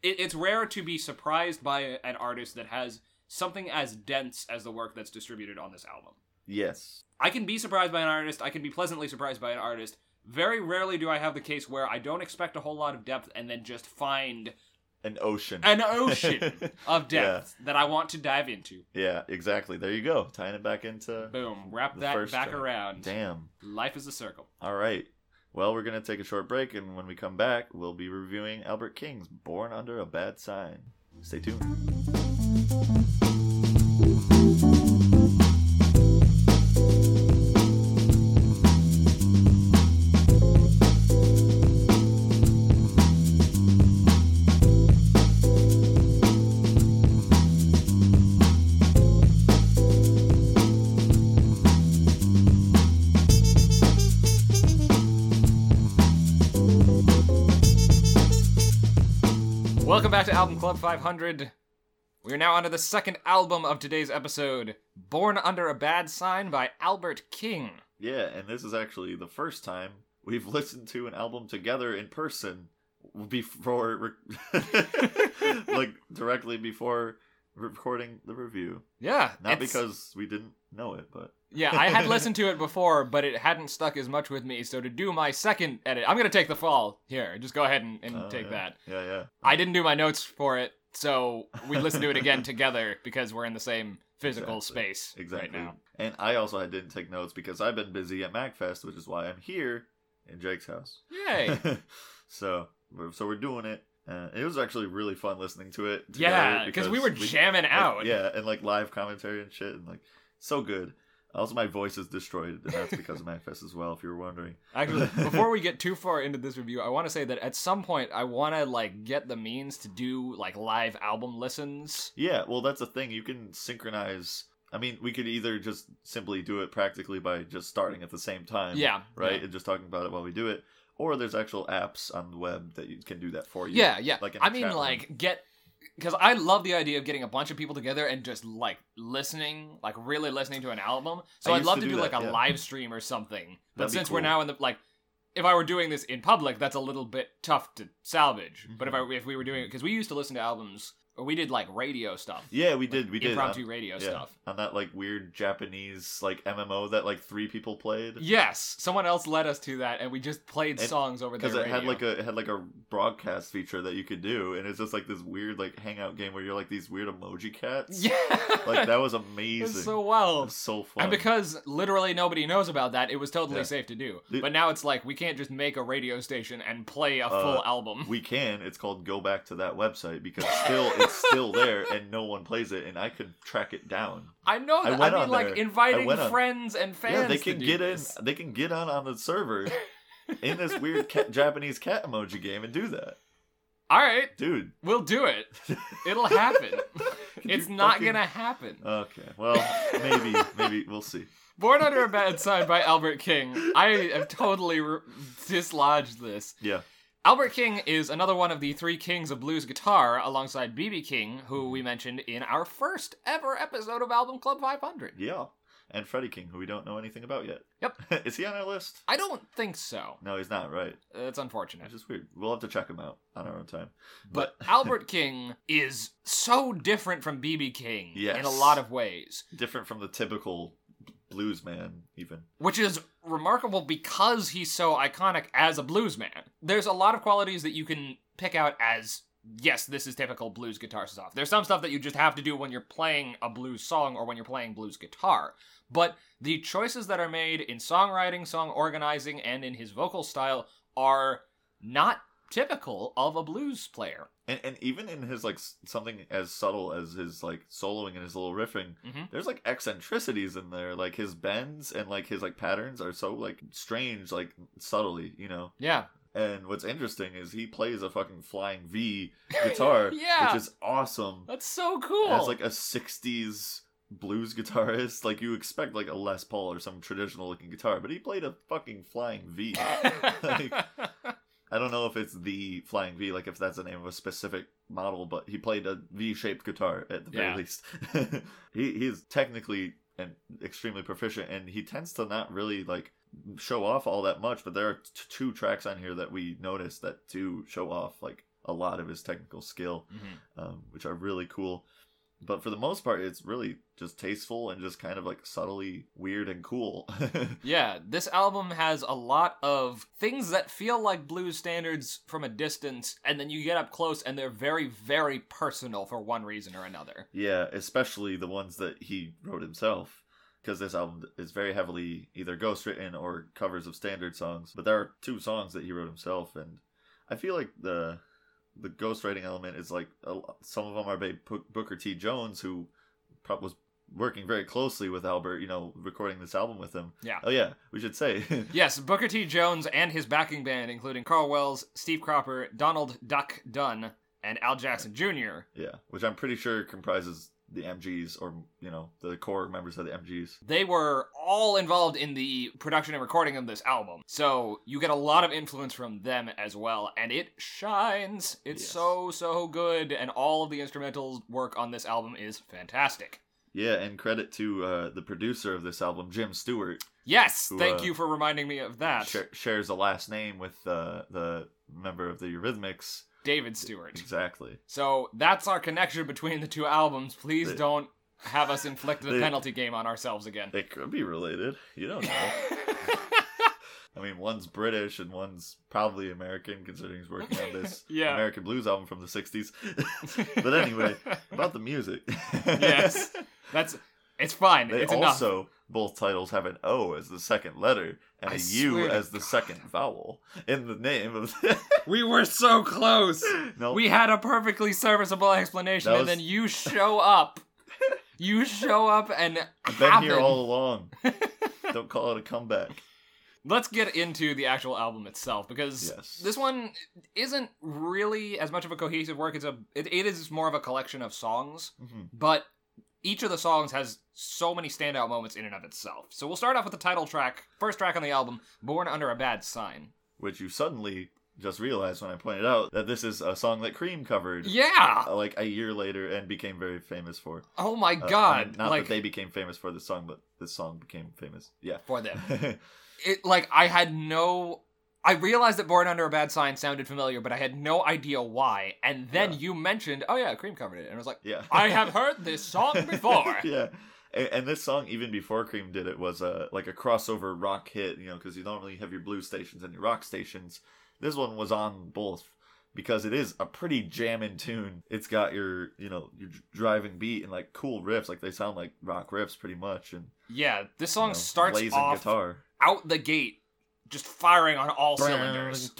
S1: it, it's rare to be surprised by an artist that has something as dense as the work that's distributed on this album.
S2: yes.
S1: I can be surprised by an artist. I can be pleasantly surprised by an artist. Very rarely do I have the case where I don't expect a whole lot of depth and then just find
S2: An ocean.
S1: an ocean of depth that I want to dive into.
S2: yeah, exactly. There you go. Tying it back into.
S1: Boom. Wrap
S2: The
S1: that
S2: first
S1: back
S2: track.
S1: around.
S2: Damn.
S1: Life is a circle.
S2: All right. Well, we're going to take a short break, and when we come back, we'll be reviewing Albert King's Born Under a Bad Sign. Stay tuned.
S1: Welcome back to Album Club 500. We are now onto the second album of today's episode, Born Under a Bad Sign by Albert King.
S2: Yeah, and this is actually the first time we've listened to an album together in person before, re- like, directly before recording the review.
S1: Yeah.
S2: Not
S1: it's-
S2: because we didn't know it, but
S1: Yeah, I had listened to it before, but it hadn't stuck as much with me. So to do my second edit, I'm going to take the fall here. Just go ahead and, and
S2: Oh,
S1: take
S2: yeah.
S1: that.
S2: yeah, yeah.
S1: I didn't do my notes for it, so we listened to it again together because we're in the same physical
S2: Exactly.
S1: space
S2: Exactly.
S1: right now.
S2: And I also I didn't take notes because I've been busy at MacFest, which is why I'm here in Jake's house.
S1: Yay.
S2: so, we're- so we're doing it. Uh, it was actually really fun listening to it. together
S1: yeah, because we were jamming
S2: like,
S1: out.
S2: yeah, and like live commentary and shit, and like so good. Also, my voice is destroyed, and that's because of MacFest as well. If you were wondering,
S1: Actually, before we get too far into this review, I want to say that at some point I want to like get the means to do like live album listens.
S2: yeah, well, that's the thing. You can synchronize. I mean, we could either just simply do it practically by just starting at the same time.
S1: yeah.
S2: right? And just talking about it while we do it. Or there's actual apps on the web that you can do that for you.
S1: Yeah, yeah.
S2: Like in
S1: I
S2: the
S1: mean
S2: chat room.
S1: like get cuz I love the idea of getting a bunch of people together and just like listening, like really listening to an album. So
S2: I
S1: I'd
S2: used
S1: love to
S2: to
S1: do,
S2: do
S1: like
S2: that,
S1: a
S2: yeah.
S1: live stream or something. But
S2: That'd be
S1: since we're
S2: cool.
S1: now in the like if I were doing this in public, that's a little bit tough to salvage.
S2: Mm-hmm.
S1: But if I if we were doing it cuz we used to listen to albums or we did like radio stuff.
S2: Yeah, we did. uh, We did.
S1: impromptu
S2: on,
S1: radio
S2: yeah,
S1: stuff.
S2: on that like weird Japanese like MMO that like three people played
S1: Yes, someone else led us to that, and we just played
S2: And-
S1: songs over there.
S2: because it had like a it had like a broadcast feature that you could do, and it's just like this weird like hangout game where you're like these weird emoji cats.
S1: yeah,
S2: Like that was
S1: It
S2: amazing.
S1: was so
S2: It
S1: wild.
S2: was so fun.
S1: And because literally nobody knows about that, it was totally
S2: Yeah.
S1: safe to do.
S2: Dude.
S1: But now it's like we can't just make a radio station and play a full
S2: Uh,
S1: album.
S2: we can, it's called go back to that website because still it's still there and no one plays it, and I could track it down.
S1: I know
S2: I
S1: that. I,
S2: went
S1: mean,
S2: on
S1: like
S2: there. I
S1: inviting
S2: went on-
S1: friends and fans.
S2: Yeah, they
S1: to
S2: can
S1: do
S2: get
S1: this.
S2: in. They can get on on the server in this weird cat, Japanese cat emoji game and do that,
S1: All right,
S2: dude.
S1: we'll do it. It'll happen.
S2: Could
S1: it's
S2: you
S1: not
S2: fucking-
S1: gonna happen.
S2: Okay, well, maybe, maybe we'll see.
S1: Born Under a Bad Sign by Albert King. I have totally re- dislodged this.
S2: Yeah,
S1: Albert King is another one of the three kings of blues guitar, alongside BB King, who we mentioned in our first ever episode of Album Club 500.
S2: yeah. And Freddie King, who we don't know anything about yet.
S1: Yep.
S2: Is he on our list?
S1: I don't think so.
S2: No, he's not. Right.
S1: That's unfortunate.
S2: It's just weird. We'll have to check him out on our own time.
S1: But Albert King is so different from BB King
S2: Yes.
S1: in a lot of ways,
S2: Different from the typical blues man, even.
S1: which is remarkable because he's so iconic as a blues man. There's a lot of qualities that you can pick out as yes, this is typical blues guitar stuff. There's some stuff that you just have to do when you're playing a blues song or when you're playing blues guitar. But the choices that are made in songwriting, song organizing, and in his vocal style are not typical of a blues player.
S2: And, and even in his like s- something as subtle as his like soloing and his little riffing
S1: Mhm.
S2: there's like eccentricities in there like his bends and like his like patterns are so like strange like subtly you know
S1: Yeah.
S2: and what's interesting is he plays a fucking flying v guitar
S1: Yeah.
S2: which is awesome
S1: That's so cool.
S2: as like a 60s blues guitarist like you expect like a les paul or some traditional looking guitar but he played a fucking flying v I don't know if it's the Flying V, like if that's the name of a specific model, but he played a V-shaped guitar at the very
S1: Yeah.
S2: least. he he's technically and extremely proficient, and he tends to not really like show off all that much. But there are t- two tracks on here that we noticed that do show off like a lot of his technical skill,
S1: Mhm.
S2: um, which are really cool. But for the most part, it's really just tasteful and just kind of like subtly weird and cool.
S1: Yeah, this album has a lot of things that feel like blues standards from a distance, and then you get up close and they're very, very personal for one reason or another.
S2: Yeah, especially the ones that he wrote himself, because this album is very heavily either ghostwritten or covers of standard songs. But there are two songs that he wrote himself, and I feel like the the ghostwriting element is like a, lo- some of them are by Bo- Booker T. Jones, who prob- was working very closely with Albert, you know, recording this album with him.
S1: Yeah.
S2: Oh yeah, we should say.
S1: Yes, Booker T. Jones and his backing band, including Carl Wells, Steve Cropper, Donald Duck Dunn, and Al Jackson Jr.
S2: yeah, which I'm pretty sure comprises the MGs or you know the core members of the MGs.
S1: They were all involved in the production and recording of this album. So you get a lot of influence from them as well, and it shines. It's
S2: Yes.
S1: so, so good, and all of the instrumental work on this album is fantastic.
S2: Yeah, and credit to uh, the producer of this album, Jim Stewart,
S1: Yes,
S2: Who,
S1: thank
S2: uh,
S1: you for reminding me of that.
S2: sh- shares a last name with uh, the member of the Eurythmics.
S1: David Stewart.
S2: Exactly.
S1: So that's our connection between the two albums. Please
S2: They-
S1: don't have us inflict the
S2: They-
S1: penalty game on ourselves again.
S2: They could be related. You don't know. I mean, one's British and one's probably American, considering he's working on this
S1: Yeah.
S2: American blues album from the '60s. But anyway, About the music.
S1: Yes. that's it's fine.
S2: They
S1: it's enough.
S2: also both titles have an O as the second letter and
S1: I
S2: a
S1: swear
S2: U
S1: to
S2: as the
S1: God.
S2: second vowel in the name of.
S1: We were so close.
S2: no,
S1: We had a perfectly serviceable explanation,
S2: That
S1: and
S2: was-
S1: then you show up. you show up and
S2: I've been
S1: happen.
S2: here all along. Don't call it a comeback.
S1: Let's get into the actual album itself because
S2: Yes.
S1: this one isn't really as much of a cohesive work. It's a it, it is more of a collection of songs,
S2: Mhm.
S1: but each of the songs has so many standout moments in and of itself. So we'll start off with the title track, first track on the album, "Born Under a Bad Sign."
S2: Which you suddenly just realized when I pointed out that this is a song that Cream covered.
S1: Yeah.
S2: uh, Like a year later, and became very famous for.
S1: Oh my
S2: Uh, I mean,
S1: god.
S2: not
S1: like
S2: that they became famous for this song, but this song became famous. Yeah.
S1: for them. it like I had no I realized that Born Under a Bad Sign sounded familiar, but I had no idea why. And then
S2: Yeah.
S1: you mentioned, oh yeah, Cream covered it. And I was like,
S2: yeah.
S1: I have heard this song before.
S2: yeah. And, and this song, even before Cream did it, was uh, like a crossover rock hit, you know, because you normally have your blues stations and your rock stations. This one was on both because it is a pretty jammin' tune. It's got your, you know, your dr- driving beat and like cool riffs. Like they sound like rock riffs pretty much. And
S1: Yeah, this
S2: you
S1: song
S2: know,
S1: starts
S2: blazing
S1: off
S2: guitar.
S1: out the gate, just firing on all cylinders.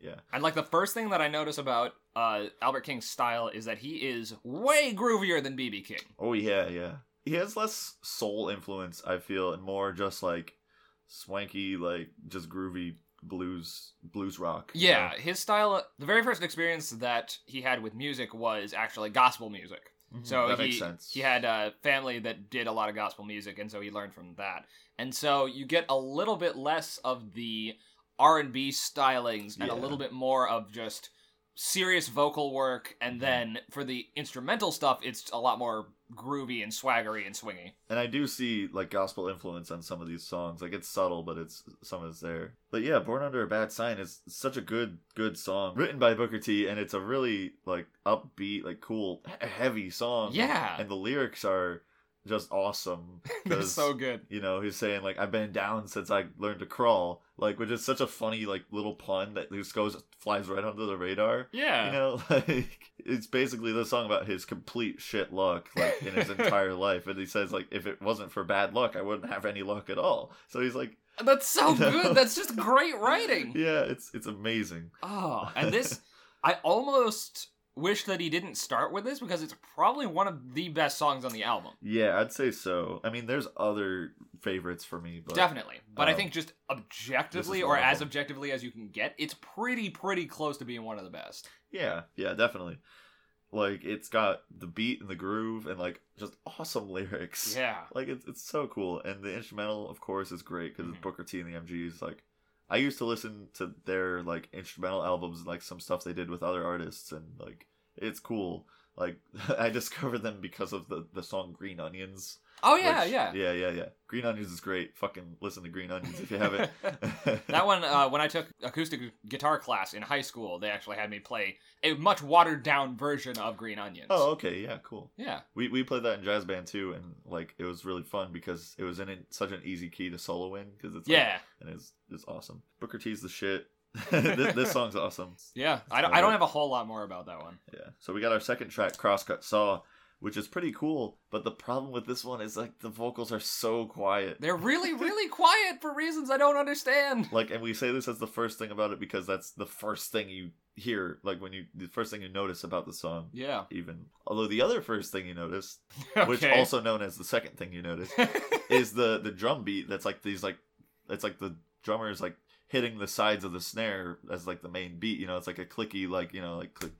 S2: Yeah.
S1: And like the first thing that I notice about uh, Albert King's style is that he is way groovier than BB King.
S2: Oh yeah, yeah. He has less soul influence, I feel, and more just like swanky, like just groovy blues blues rock. you
S1: Yeah, his style. The very first experience that he had with music was actually gospel music.
S2: know? Mhm,
S1: So
S2: that
S1: he,
S2: makes sense.
S1: he had a family that did a lot of gospel music, and so he learned from that. And so you get a little bit less of the R and B stylings, and a
S2: Yeah.
S1: little bit more of just serious vocal work.
S2: Mm-hmm.
S1: And then for the instrumental stuff, it's a lot more groovy and swaggery and swingy.
S2: and I do see like gospel influence on some of these songs. Like it's subtle, but it's some is there. But yeah, Born Under a Bad Sign is such a good good song written by Booker T, and it's a really like upbeat, like cool, he- heavy song.
S1: Yeah,
S2: and the lyrics are just awesome.
S1: they're
S2: 'cause-
S1: so good.
S2: you know, he's saying like I've been down since I learned to crawl, like which is such a funny like little pun that just goes flies right under the radar.
S1: Yeah,
S2: You know, like it's basically the song about his complete shit luck, like in his entire life, and he says like if it wasn't for bad luck, I wouldn't have any luck at all. So he's like,
S1: that's so
S2: You know?
S1: good. That's just great writing.
S2: yeah, it's it's amazing.
S1: Oh, and this, I almost wish that he didn't start with this because it's probably one of the best songs on the album.
S2: Yeah, I'd say so. I mean, there's other favorites for me, but
S1: Definitely. But I
S2: um,
S1: think just objectively
S2: this is
S1: or
S2: one of
S1: as
S2: them.
S1: objectively as you can get, it's pretty, pretty close to being one of the best.
S2: Yeah, yeah, definitely. Like it's got the beat and the groove and like just awesome lyrics.
S1: Yeah.
S2: like it's, it's so cool and the instrumental of course is great because
S1: Mhm.
S2: it's booker t and the mgs like i used to listen to their like instrumental albums like some stuff they did with other artists and like it's cool like i discovered them because of the the song green onions
S1: Oh, yeah,
S2: which-
S1: yeah.
S2: yeah yeah yeah green onions is great fucking listen to green onions if you haven't
S1: that one, uh, when I took acoustic guitar class in high school, they actually had me play a much watered down version of Green Onions.
S2: oh okay yeah cool
S1: Yeah.
S2: we, we played that in jazz band too and like it was really fun because it was in an- such an easy key to solo in because it's like,
S1: yeah.
S2: and it's it's awesome. Booker T's the shit. this, this song's awesome.
S1: Yeah. I don't, I don't have a whole lot more about that one.
S2: Yeah. So we got our second track, Crosscut Saw, which is pretty cool. But the problem with this one is like the vocals are so quiet.
S1: They're really, really quiet for reasons I don't understand.
S2: Like, and we say this as the first thing about it because that's the first thing you hear, like when you the first thing you notice about the song.
S1: Yeah.
S2: Even although the other first thing you notice, which
S1: Okay.
S2: also known as the second thing you notice, is the the drum beat that's like these like it's like the drummer is like hitting the sides of the snare as like the main beat you know it's like a clicky like you know like click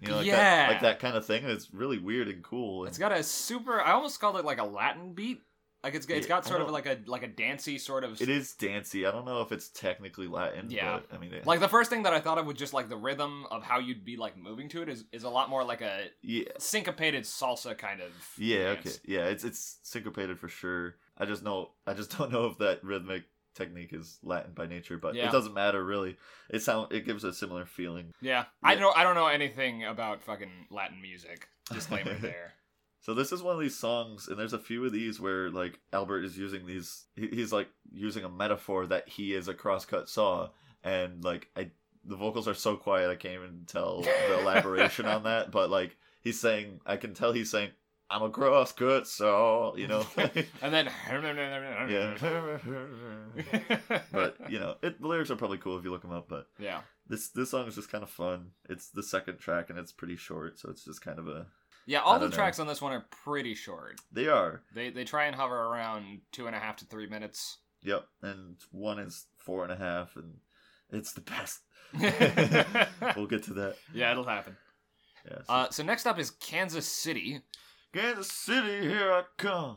S2: You know, like
S1: Yeah.
S2: that, like that kind of thing. And it's really weird and cool.
S1: It's
S2: And
S1: got a super. I almost called it like a Latin beat. Like it's it's
S2: Yeah,
S1: got
S2: I
S1: sort of
S2: don't-
S1: like a like a dancey sort of.
S2: it is dancey. I don't know if it's technically Latin.
S1: Yeah.
S2: but, I mean, it-
S1: Like the first thing that I thought of was just like the rhythm of how you'd be like moving to it is is a lot more like a
S2: yeah,
S1: syncopated salsa kind of.
S2: yeah,
S1: dance.
S2: okay, yeah. It's it's syncopated for sure. I just know, I just don't know if that rhythmic technique is Latin by nature, but
S1: Yeah.
S2: it doesn't matter really. It sound it gives a similar feeling.
S1: Yeah. I
S2: Yeah.
S1: don't I don't know anything about fucking Latin music. Disclaimer there.
S2: So this is one of these songs, and there's a few of these where like Albert is using these. he- He's like using a metaphor that he is a crosscut saw, and like I, the vocals are so quiet I can't even tell the elaboration on that. But like he's saying, I can tell he's saying, "I'm a crosscut saw," you know.
S1: And then
S2: yeah. but you know, it, the lyrics are probably cool if you look them up. But
S1: Yeah.
S2: this this song is just kind of fun. It's the second track, and it's pretty short, so it's just kind of a.
S1: Yeah,
S2: I
S1: all the
S2: don't know.
S1: tracks on this one are pretty short.
S2: They are
S1: They they try and hover around two and a half to three minutes.
S2: Yep, and one is four and a half, and it's the best.
S1: yeah,
S2: We'll get to that.
S1: it'll happen.
S2: Yeah, so-
S1: Uh, so next up is Kansas City.
S2: Kansas City, here I come.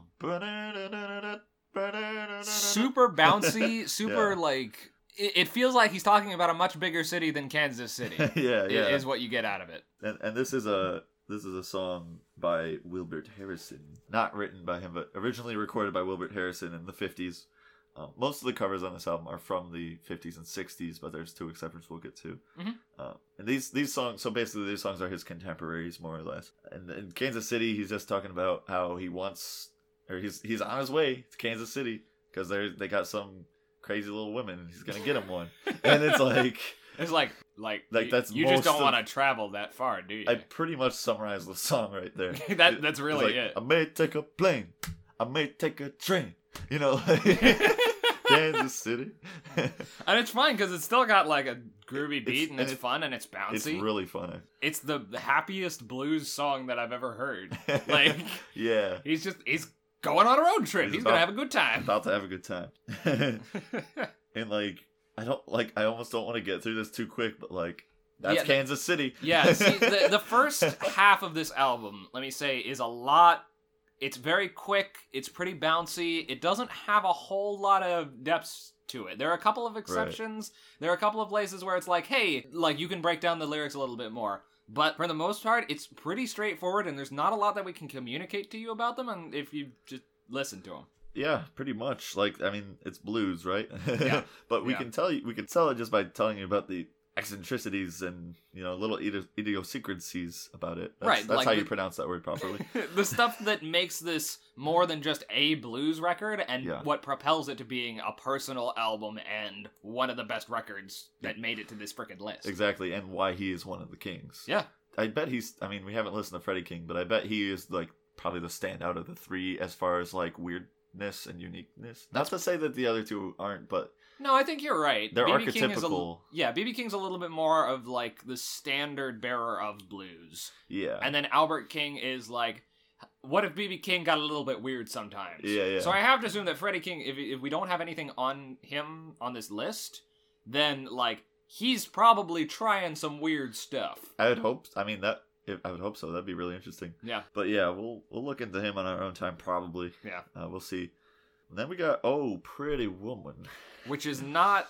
S2: Ba-da-da-da-da, ba-da-da-da-da.
S1: Super bouncy, super
S2: Yeah.
S1: like it, it feels like he's talking about a much bigger city than Kansas City.
S2: yeah,
S1: i-
S2: yeah.
S1: Is what you get out of it.
S2: and, and this is a this is a song by Wilbert Harrison, not written by him, but originally recorded by Wilbert Harrison in the fifties. Um, most of the covers on this album are from the fifties and sixties, but there's two exceptions we'll get to.
S1: Mhm.
S2: Uh, and these these songs, so basically these songs are his contemporaries more or less. And in Kansas City, he's just talking about how he wants, or he's he's on his way to Kansas City because they they got some crazy little women, and he's gonna get him one. and it's like.
S1: It's like like
S2: Like,
S1: you,
S2: that's
S1: you just
S2: most
S1: don't
S2: of-
S1: want to travel that far, do you?
S2: I pretty much summarized the song right there.
S1: that that's
S2: It's
S1: really
S2: like, I may take a plane, I may take a train. You know, like,
S1: it.
S2: Kansas City.
S1: and it's fun because it's still got like a groovy
S2: It's-
S1: beat and
S2: and
S1: it's
S2: it-
S1: fun and it's bouncy.
S2: it's
S1: It's,
S2: really funny.
S1: the happiest blues song that I've ever heard. Like
S2: yeah,
S1: he's just he's going on a road trip.
S2: He's
S1: He's, gonna
S2: about-
S1: have a good time.
S2: about to have a good time. and like, I don't like. I almost don't want to get through this too quick, but like, that's
S1: Yeah, the-
S2: Kansas City.
S1: yeah, see, the, the first half of this album, let me say, is a lot. It's very quick. It's pretty bouncy. It doesn't have a whole lot of depths to it. There are a couple of exceptions. There are a couple of places where it's like, hey, like you can break down the lyrics a little bit more. But for the most part, it's pretty straightforward, and there's not a lot that we can communicate to you about them, and if you just listen to them.
S2: Yeah, pretty much. Like, I mean, it's blues, right?
S1: Yeah.
S2: but we
S1: Yeah.
S2: can tell you, we can tell it just by telling you about the eccentricities and you know little idi- idiosyncrasies about it. That's,
S1: Right,
S2: That's
S1: like
S2: how
S1: the-
S2: you pronounce that word properly.
S1: the stuff that makes this more than just a blues record and
S2: Yeah.
S1: what propels it to being a personal album and one of the best records that made it to this frickin' list.
S2: exactly, and why he is one of the kings.
S1: Yeah.
S2: I bet he's. I mean, we haven't listened to Freddie King, but I bet he is like probably the standout of the three as far as like weirdness and uniqueness. Not to say that the other two aren't, but
S1: No, I think you're right.
S2: they're
S1: BB King is a,
S2: archetypical.
S1: yeah, BB King's a little bit more of like the standard bearer of blues.
S2: yeah,
S1: And then Albert King is like what if BB King got a little bit weird sometimes?
S2: yeah, yeah.
S1: So I have to assume that Freddie King, if, if we don't have anything on him on this list, then like he's probably trying some weird stuff.
S2: I would hope. I mean that. If, I would hope so. That'd be really interesting.
S1: Yeah.
S2: But yeah, we'll we'll look into him on our own time probably.
S1: Yeah.
S2: Uh, we'll see. And then we got oh, pretty woman.
S1: which is not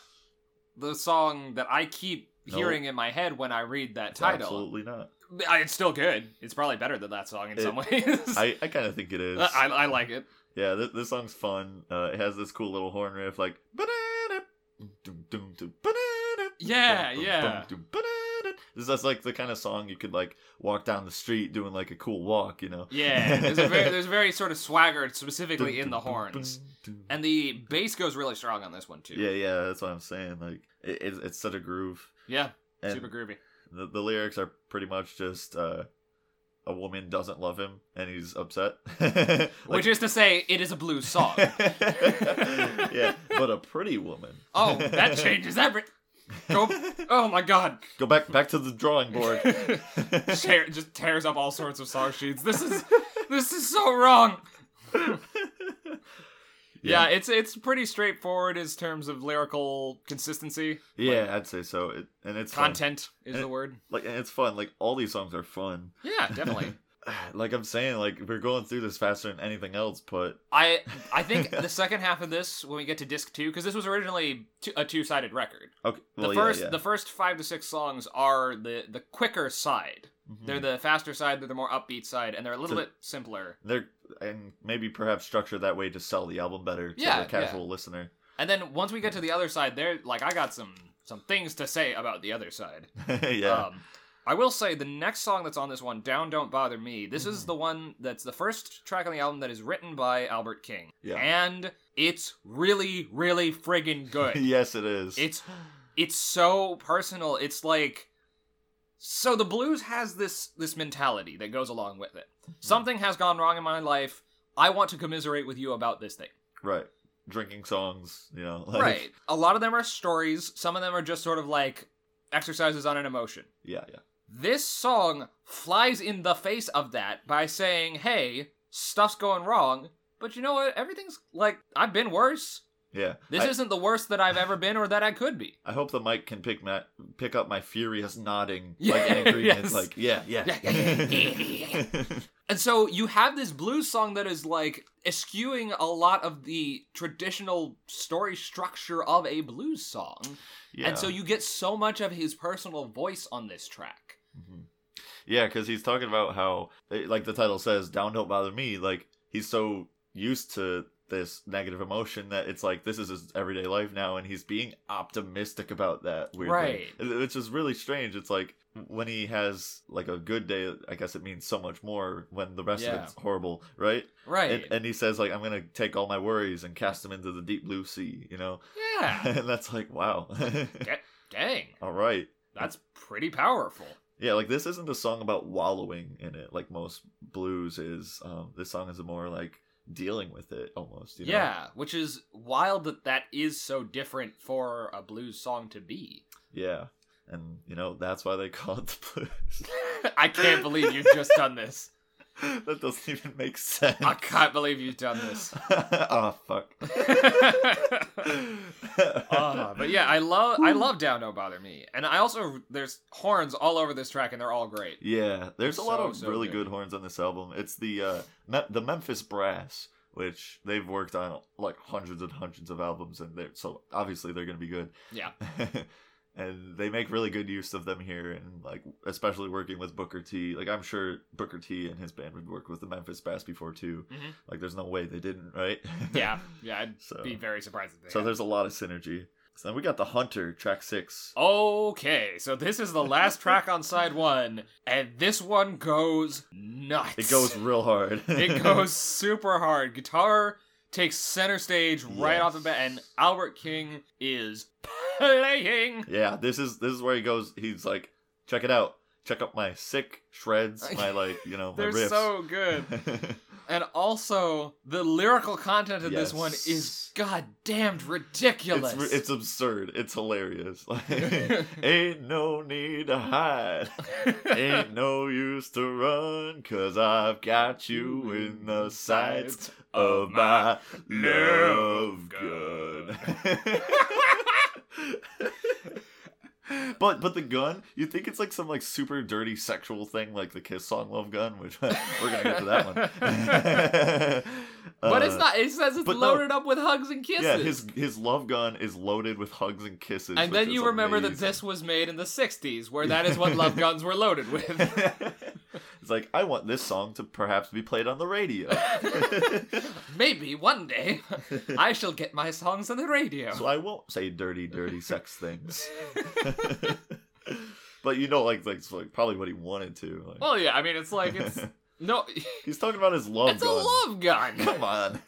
S1: the song that I keep
S2: No.
S1: hearing in my head when I read that title.
S2: Absolutely not.
S1: I- It's still good. It's probably better than that song in
S2: It-
S1: some ways.
S2: I, I kind of think it is.
S1: Uh, I, I like it.
S2: yeah, this, this song's fun. Uh, it has this cool little horn riff like. "Ba-da-da, dum, dum, dum, ba-da-da,
S1: Yeah,
S2: dum, dum,
S1: yeah.
S2: dum, dum, ba-da-da." This is that's like the kind of song you could like walk down the street doing like a cool walk, you know.
S1: Yeah, there's a very, there's a very sort of swagger specifically in the
S2: Dum, dum,
S1: horns,
S2: dum, dum.
S1: and the bass goes really strong on this one too.
S2: yeah, yeah, that's what I'm saying. Like it, it's it's such a groove.
S1: yeah,
S2: And
S1: super groovy.
S2: The, the lyrics are pretty much just uh, a woman doesn't love him and he's upset. Like-
S1: Which is to say, it is a blues song.
S2: yeah, but a pretty woman.
S1: oh, that changes every. Go, oh my god,
S2: Go back back to the drawing board.
S1: Tear, just tears up all sorts of song sheets. This is this is so wrong. Yeah. it's it's pretty straightforward in terms of lyrical consistency.
S2: yeah, I'd say so. It, and it's fun.
S1: Content is
S2: And-
S1: the word.
S2: Like, and it's fun. Like all these songs are fun.
S1: Yeah, definitely.
S2: like I'm saying, like we're going through this faster than anything else, but
S1: I I think the second half of this, when we get to disc two, because this was originally two, a two sided record.
S2: okay.
S1: The
S2: Well,
S1: first
S2: yeah, yeah.
S1: the first five to six songs are the the quicker side.
S2: Mhm.
S1: They're the faster side. They're the more upbeat side, and they're a little
S2: So-
S1: bit simpler.
S2: they're and maybe perhaps structured that way to sell the album better to
S1: Yeah,
S2: the casual listener.
S1: And then once we get to the other side, there like I got some some things to say about the other side.
S2: yeah.
S1: Um, I will say the next song that's on this one, "Down Don't Bother Me," this is
S2: Mhm.
S1: the one that's the first track on the album that is written by Albert King,
S2: Yeah.
S1: and it's really, really friggin' good.
S2: yes, it is.
S1: it's it's so personal. It's like so the blues has this this mentality that goes along with it.
S2: Mm.
S1: Something has gone wrong in my life. I want to commiserate with you about this thing.
S2: right. Drinking songs, you know. Like,
S1: right. A lot of them are stories. Some of them are just sort of like exercises on an emotion.
S2: Yeah, yeah.
S1: This song flies in the face of that by saying, hey, stuff's going wrong, but you know what? Everything's like, I've been worse.
S2: Yeah.
S1: This
S2: I,
S1: isn't the worst that I've ever been or that I could be.
S2: I hope the mic can pick my, pick up my furious nodding
S1: Yeah,
S2: like angry
S1: yes.
S2: and like yeah, yeah.
S1: Yeah, yeah, yeah, And so you have this blues song that is like eschewing a lot of the traditional story structure of a blues song.
S2: Yeah.
S1: And so you get so much of his personal voice on this track.
S2: Mhm. Yeah, because he's talking about how, eh, like the title says, "Down don't bother me." Like he's so used to this negative emotion that it's like this is his everyday life now, and he's being optimistic about that. Weird
S1: Right.
S2: Which is really strange. It's like when he has like a good day, I guess it means so much more when the rest
S1: Yeah.
S2: of it's horrible, right?
S1: Right.
S2: And, and he says like, "I'm gonna take all my worries and cast them into the deep blue sea," you know.
S1: yeah.
S2: and that's like, wow.
S1: Dang.
S2: all right.
S1: That's pretty powerful.
S2: Yeah, like this isn't a song about wallowing in it, like most blues is. Um, this song is more like dealing with it almost. You know?
S1: Yeah, which is wild that that is so different for a blues song to be.
S2: yeah, and you know that's why they call it the
S1: I can't believe you've just done this.
S2: blues. that doesn't even make sense.
S1: I can't believe you've done this.
S2: oh fuck.
S1: Ah, but yeah, I love I love Down Don't Bother Me, and I also there's horns all over this track, and they're all great.
S2: Yeah, there's a lot
S1: So,
S2: of
S1: so
S2: really
S1: good.
S2: good. horns on this album. It's the uh, Me- the Memphis Brass, which they've worked on like hundreds and hundreds of albums, and they're so obviously they're gonna be good.
S1: Yeah.
S2: and they make really good use of them here, and like especially working with Booker T. Like I'm sure Booker T. and his band would work with the Memphis Brass before too.
S1: Mhm.
S2: Like there's no way they didn't, right?
S1: Yeah, yeah, I'd
S2: so
S1: be very surprised if they.
S2: so
S1: had.
S2: there's a lot of synergy. So then we got the Hunter track six.
S1: Oh, Okay, so this is the last track on side one, and this one goes nuts.
S2: It goes real hard.
S1: it goes super hard. Guitar takes center stage right
S2: Yes.
S1: off the bat, and Albert King is playing.
S2: Yeah, this is this is where he goes. He's like, check it out. Check out my sick shreds. My like, you know, my
S1: They're
S2: riffs.
S1: so good. And also, the lyrical content of this one
S2: Yes.
S1: is goddamned ridiculous.
S2: it's, re- it's absurd. It's hilarious. Like, ain't no need to hide. Ain't no use to run, cause I've got you in the sights of my love gun. But but the gun, you think it's like some like super dirty sexual thing like the Kiss song Love Gun, which we're gonna get to that one.
S1: But
S2: Uh,
S1: it's not. It says it's
S2: but no.
S1: loaded up with hugs and kisses.
S2: Yeah, his his love gun is loaded with hugs and kisses.
S1: and
S2: which
S1: then
S2: is
S1: you remember that
S2: amazing.
S1: this was made in the 60s, where that is what love guns were loaded with.
S2: it's like I want this song to perhaps be played on the radio.
S1: Maybe one day I shall get my songs on the radio.
S2: so I won't say dirty, dirty sex things. but you know, like, like, it's like probably what he wanted to. Like,
S1: Well, yeah, I mean, it's like it's no,
S2: he's talking about his love.
S1: it's
S2: gun.
S1: a love gun.
S2: Come on.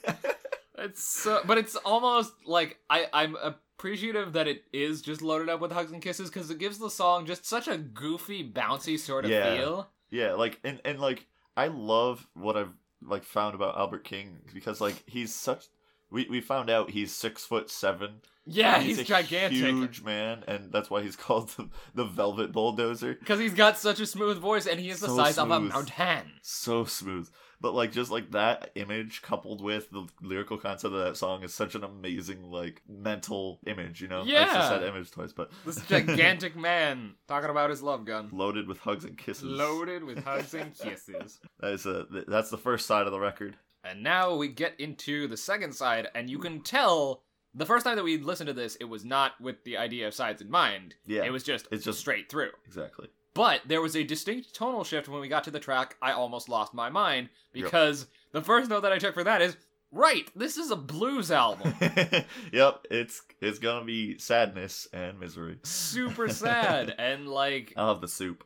S1: It's so, but it's almost like I I'm appreciative that it is just loaded up with hugs and kisses because it gives the song just such a goofy, bouncy sort of
S2: Yeah.
S1: feel.
S2: yeah, like, and and like, I love what I've like found about Albert King because like he's such. We, we found out he's six foot seven.
S1: Yeah,
S2: And
S1: he's,
S2: a
S1: gigantic
S2: huge man, and that's why he's called the, the Velvet Bulldozer.
S1: because he's got such a smooth voice and he is the
S2: So
S1: size of a
S2: smooth.
S1: mountain.
S2: So smooth. But like just like that image coupled with the lyrical concept of that song is such an amazing like mental image, you know? I
S1: Yeah.
S2: just said image twice, but
S1: This gigantic man talking about his love gun.
S2: loaded with hugs and kisses.
S1: Loaded with hugs and kisses.
S2: That is a th- that's the first side of the record.
S1: And now we get into the second side, and you can tell the first time that we listened to this, it was not with the idea of sides in mind.
S2: Yeah.
S1: It was just
S2: It's just-
S1: straight through.
S2: exactly.
S1: But there was a distinct tonal shift when we got to the track I Almost Lost My Mind, because the first note that I took for that is, right, this is a blues album.
S2: yep, it's it's gonna be sadness and misery.
S1: Super sad, and like,
S2: I'll have the soup.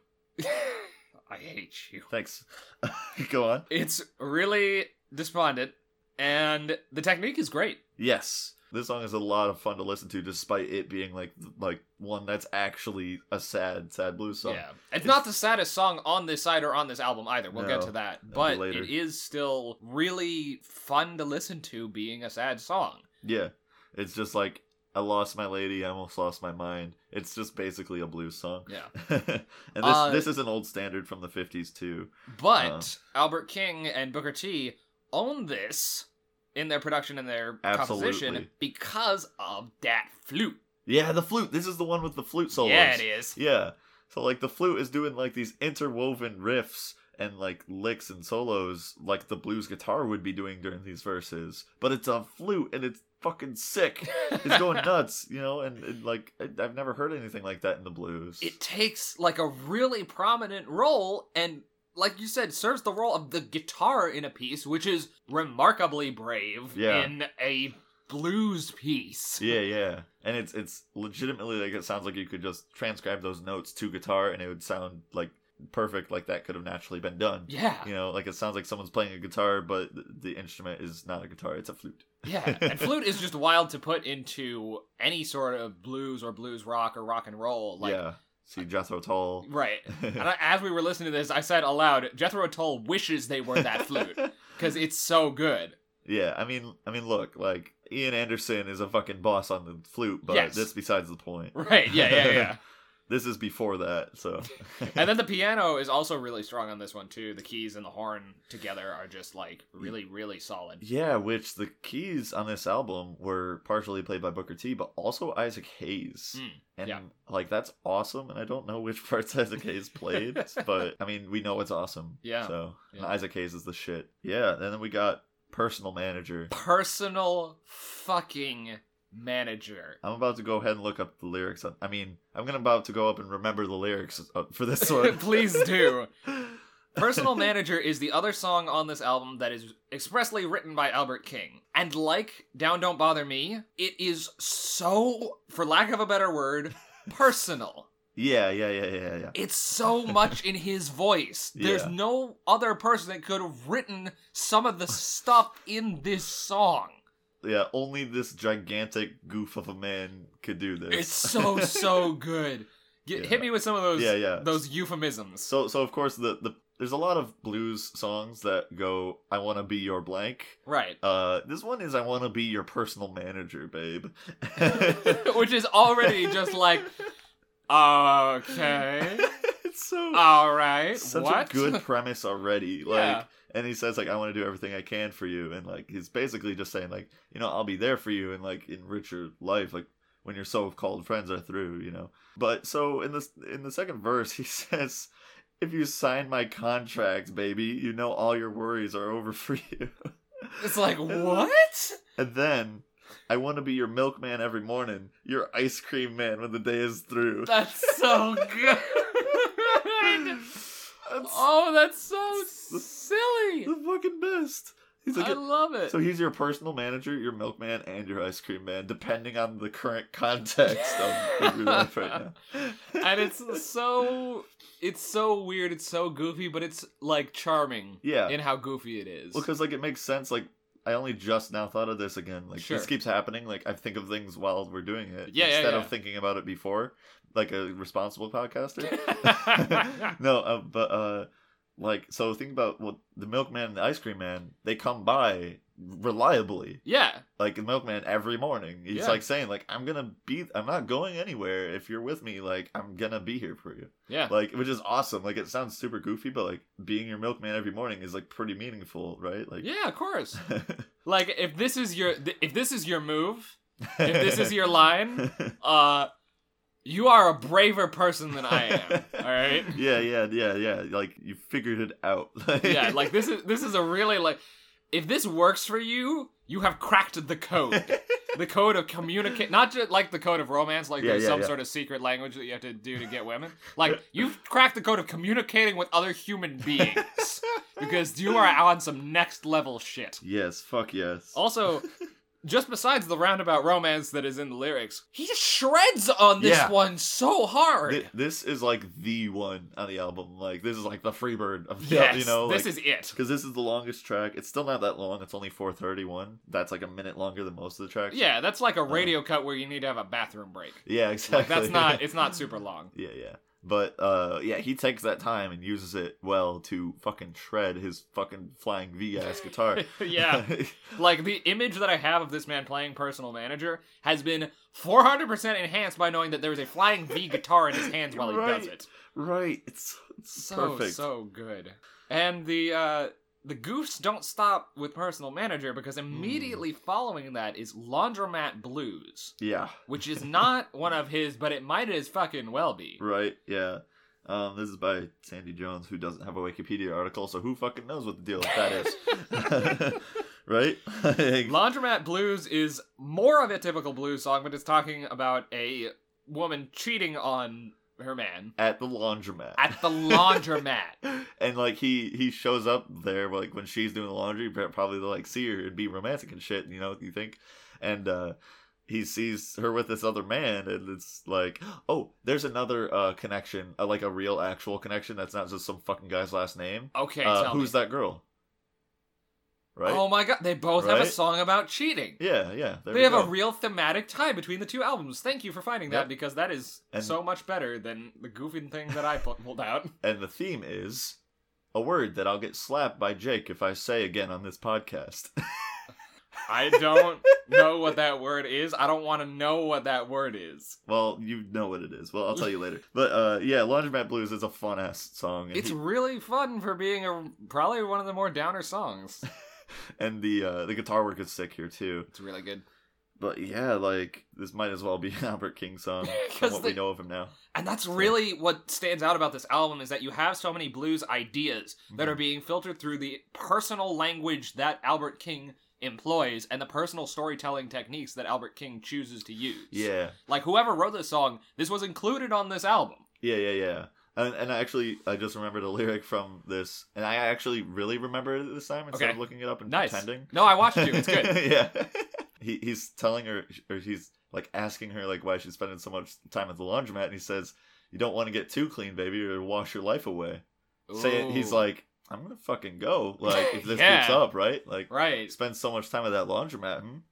S1: I hate you.
S2: Thanks. Go on.
S1: It's really despondent, and the technique is great.
S2: Yes, this song is a lot of fun to listen to, despite it being like like one that's actually a sad, sad blues song.
S1: yeah. It's not the saddest song on this side or on this album either. We'll get
S2: No,
S1: to that.
S2: be
S1: But
S2: later.
S1: it is still really fun to listen to being a sad song.
S2: Yeah. It's just like I lost my lady, I almost lost my mind. It's just basically a blues song.
S1: Yeah.
S2: and this
S1: Uh,
S2: this is an old standard from the 50s too.
S1: But
S2: Uh.
S1: Albert King and Booker T own this in their production and their composition
S2: Absolutely.
S1: because of that flute.
S2: Yeah, the flute. This is the one with the flute solos.
S1: Yeah, it is.
S2: Yeah. So like the flute is doing like these interwoven riffs and like licks and solos like the blues guitar would be doing during these verses, but it's a flute and it's fucking sick. It's going nuts, you know, and, and like I- I've never heard anything like that in the blues.
S1: it takes like a really prominent role and like you said serves the role of the guitar in a piece which is remarkably brave
S2: Yeah.
S1: in a blues piece
S2: yeah, yeah, and it's it's legitimately like it sounds like you could just transcribe those notes to guitar and it would sound like perfect, like that could have naturally been done.
S1: yeah
S2: You know, like it sounds like someone's playing a guitar, but th- the instrument is not a guitar; it's a flute.
S1: yeah and flute is just wild to put into any sort of blues or blues rock or rock and roll like
S2: yeah. See Jethro Tull.
S1: right and I, as we were listening to this i said aloud jethro tull wishes they were that flute because it's so good
S2: yeah, I mean, I mean, look, like Ian Anderson is a fucking boss on the flute, but
S1: Yes.
S2: that's besides the point.
S1: right yeah yeah yeah
S2: This is before that, so
S1: and then the piano is also really strong on this one too. The keys and the horn together are just like really, really solid.
S2: yeah. Which the keys on this album were partially played by Booker T, but also Isaac Hayes,
S1: Mm,
S2: and
S1: yeah.
S2: like that's awesome. And I don't know which parts Isaac Hayes played, but I mean, we know it's awesome.
S1: Yeah.
S2: So and
S1: Yeah.
S2: Isaac Hayes is the shit. Yeah. And then we got personal manager.
S1: Personal fucking manager.
S2: I'm about to go ahead and look up the lyrics. I mean, I'm gonna about to go up and remember the lyrics uh, for this one.
S1: Please do. Personal Manager is the other song on this album that is expressly written by Albert King. And like Down Don't Bother Me, it is so, for lack of a better word, personal.
S2: Yeah, yeah, yeah, yeah, yeah.
S1: It's so much in his voice. There's
S2: Yeah.
S1: no other person that could have written some of the stuff in this song.
S2: Yeah, only this gigantic goof of a man could do this.
S1: It's so so good. Get,
S2: Yeah.
S1: Hit me with some of those
S2: yeah, yeah.
S1: those euphemisms.
S2: so so of course the the there's a lot of blues songs that go I want to be your blank.
S1: Right.
S2: Uh this one is I want to be your personal manager, babe.
S1: Which is already just like okay.
S2: it's so
S1: All right.
S2: such
S1: what?
S2: a good premise already. Like,
S1: Yeah.
S2: and he says like, "I want to do everything I can for you," and like he's basically just saying like, you know, I'll be there for you and like enrich your life, like when your so-called friends are through, you know. But so in this in the second verse, he says. If you sign my contract, baby, you know all your worries are over for you.
S1: It's like
S2: And-
S1: what?
S2: And then, I want to be your milkman every morning, your ice cream man when the day is through.
S1: That's so good.
S2: That's
S1: oh, that's so
S2: That's-
S1: silly.
S2: the fucking best. He's like,
S1: I love it.
S2: So he's your personal manager, your milkman, and your ice cream man, depending on the current context of, of your life right now.
S1: and it's so it's so weird, it's so goofy, but it's like charming
S2: yeah,
S1: in how goofy it is.
S2: because like it makes sense. Like I only just now thought of this again. Like
S1: Sure.
S2: this keeps happening. Like I think of things while we're doing it
S1: Yeah, yeah,
S2: instead
S1: yeah.
S2: of thinking about it before, like a responsible podcaster. no, uh, but uh, like so think about what the milkman and the ice cream man they come by reliably
S1: yeah,
S2: like the milkman every morning. He's
S1: Yeah.
S2: like saying like I'm gonna be I'm not going anywhere if you're with me. Like I'm gonna be here for you.
S1: Yeah.
S2: Like which is awesome. Like it sounds super goofy, but like being your milkman every morning is like pretty meaningful, right? Like
S1: yeah, of course. Like if this is your if this is your move, if this is your line, uh you are a braver person than I am. All right?
S2: Yeah, yeah, yeah, yeah. Like you figured it out.
S1: Yeah, like this is this is a really like if this works for you, you have cracked the code. the code of communicate not just like the code of romance like
S2: Yeah,
S1: there's
S2: yeah,
S1: some
S2: yeah.
S1: sort of secret language that you have to do to get women like you've cracked the code of communicating with other human beings because you are on some next level shit
S2: Yes, fuck yes.
S1: also just besides the roundabout romance that is in the lyrics he shreds on this
S2: Yeah.
S1: one so hard
S2: Thi- this is like the one on the album. Like this is like the Freebird of the
S1: yes
S2: album, you know.
S1: this is it
S2: because this is the longest track. It's still not that long. It's only 431. That's like a minute longer than most of the tracks.
S1: yeah that's like
S2: uh.
S1: a radio cut where you need to have a bathroom break
S2: Yeah,
S1: like
S2: exactly.
S1: that's not it's not super long
S2: Yeah, yeah. But uh yeah, he takes that time and uses it well to fucking shred his fucking flying V ass guitar.
S1: yeah Like the image that I have of this man playing personal manager has been 400% enhanced by knowing that there is a flying V guitar in his hands while he does
S2: Right.
S1: it.
S2: right. It's, it's
S1: So
S2: perfect.
S1: so good. And the uh the goofs don't stop with personal manager
S2: Hmm.
S1: because immediately following that is laundromat blues,
S2: Yeah.
S1: which is not one of his, but it might as fucking well be.
S2: Right. Yeah. Um, this is by Sandy Jones, who doesn't have a Wikipedia article, so who fucking knows what the deal with that is, right? Like,
S1: Laundromat Blues is more of a typical blues song, but it's talking about a woman cheating on her man
S2: at the laundromat.
S1: at the laundromat.
S2: and like he he shows up there like when she's doing the laundry pr- probably to like see her and be romantic and shit you know what you think and uh he sees her with this other man and it's like oh there's another uh connection uh, like a real actual connection that's not just some fucking guy's last name
S1: Okay,
S2: uh,
S1: tell
S2: who's
S1: me.
S2: that girl right
S1: Oh my god, they both have a
S2: Right?
S1: song about cheating.
S2: yeah yeah
S1: they
S2: there we
S1: have
S2: go.
S1: a real thematic tie between the two albums. Thank you for finding that
S2: Yep.
S1: because that is
S2: And-
S1: so much better than the goofing thing that I pu- pulled out.
S2: and the theme is a word that I'll get slapped by Jake if I say again on this podcast
S1: I don't know what that word is. I don't want to know what that word is.
S2: Well, you know what it is. Well, I'll tell you later. But uh, yeah, Laundromat Blues is a fun ass song, and,
S1: It's
S2: he-
S1: really fun for being a probably one of the more downer songs.
S2: and the uh, the guitar work is sick here too.
S1: It's really good.
S2: But yeah, like this might as well be an Albert King song from
S1: 'Cause
S2: what we
S1: the-
S2: know of him now.
S1: And that's really what stands out about this album is that you have so many blues ideas that
S2: Mhm.
S1: are being filtered through the personal language that Albert King employs and the personal storytelling techniques that Albert King chooses to use.
S2: Yeah,
S1: Like whoever wrote this song, this was included on this album.
S2: yeah, yeah, yeah. And, and I actually, I just remembered a lyric from this, and I actually really remembered it this time instead
S1: Okay.
S2: of looking it up and
S1: Nice.
S2: pretending.
S1: No, I watched you. It's good.
S2: yeah. He, he's telling her, or he's like asking her, like, why she's spending so much time at the laundromat, and he says, "You don't want to get too clean, baby, or wash your life away." saying he's
S1: Ooh.
S2: like, I'm gonna fucking go. Like if this
S1: Yeah.
S2: keeps up, right? Like
S1: right.
S2: spend so much time at that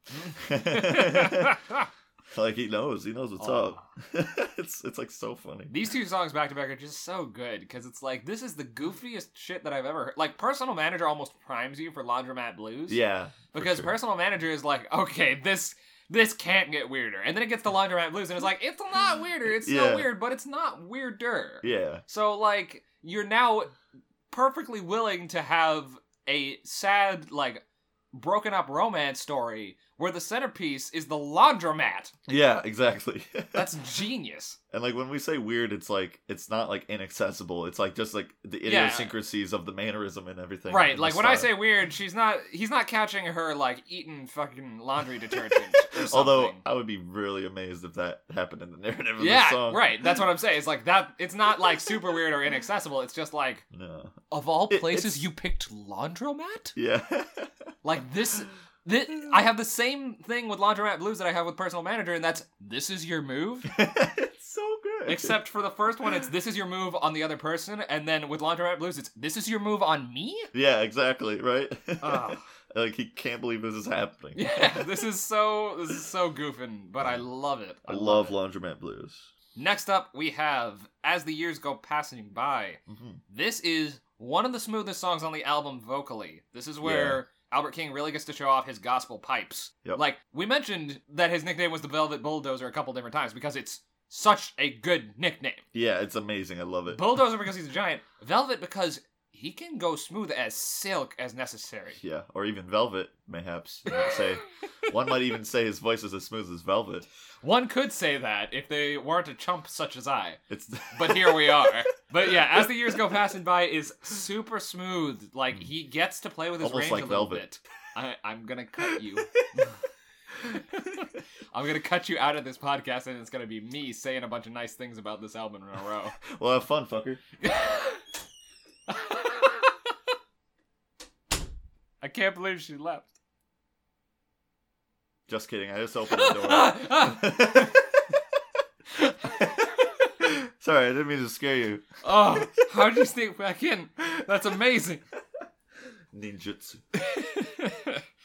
S2: laundromat. Hmm? like he knows, he knows what's
S1: Aw.
S2: up. it's it's like so funny.
S1: These two songs back to back are just so good because it's like this is the goofiest shit that I've ever heard. Like personal manager almost primes you for laundromat blues.
S2: Yeah, for
S1: because
S2: sure.
S1: personal manager is like okay this this can't get weirder and then it gets to laundromat blues and it's like it's not weirder it's
S2: Yeah.
S1: still weird but it's not weirder
S2: yeah,
S1: so like you're now perfectly willing to have a sad like broken up romance story where the centerpiece is the laundromat
S2: yeah, exactly.
S1: that's genius
S2: and like when we say weird, it's like it's not like inaccessible. It's like just like the
S1: Yeah.
S2: idiosyncrasies of the mannerism and everything.
S1: right
S2: and the
S1: like when i
S2: style.
S1: say weird she's not he's not catching her like eating fucking laundry detergent or
S2: Although
S1: something.
S2: I would be really amazed if that happened in the narrative of
S1: yeah
S2: the song.
S1: right that's what i'm saying it's like that it's not like super weird or inaccessible it's just like
S2: No.
S1: of all
S2: It-
S1: places
S2: it's-
S1: you picked laundromat
S2: Yeah.
S1: like this thi- I have the same thing with Laundromat Blues that I have with Personal Manager, and that's this is your move.
S2: it's so good.
S1: Except for the first one, it's this is your move on the other person, and then with Laundromat Blues, it's this is your move on me.
S2: Yeah, exactly, right?
S1: Ah.
S2: like he can't believe this is happening.
S1: Yeah, this is so this is so goofing, but I love it.
S2: I love
S1: it.
S2: laundromat blues.
S1: Next up, we have as the years go passing by.
S2: Mhm.
S1: This is one of the smoothest songs on the album vocally. This is where Albert King really gets to show off his gospel pipes.
S2: Yep.
S1: Like we mentioned that his nickname was the Velvet Bulldozer a couple different times because it's such a good nickname.
S2: Yeah, it's amazing. I love it.
S1: Bulldozer because he's a giant. Velvet because he can go smooth as silk as necessary.
S2: Yeah, or even velvet, mayhaps. you might say one might even say his voice is as smooth as velvet.
S1: One could say that if they weren't a chump such as I.
S2: It's
S1: But here we are. But yeah, as the years go passing by, is super smooth. Like
S2: Mm.
S1: he gets to play with his
S2: Almost
S1: range
S2: like
S1: a little
S2: Velvet.
S1: bit. I, I'm gonna cut you. I'm gonna cut you out of this podcast, and it's gonna be me saying a bunch of nice things about this album in a row.
S2: well, have fun, fucker.
S1: I can't believe she left.
S2: Just kidding. I just opened the door. Sorry, I didn't mean to scare you.
S1: oh, how would you sneak back in? That's amazing.
S2: Ninjutsu.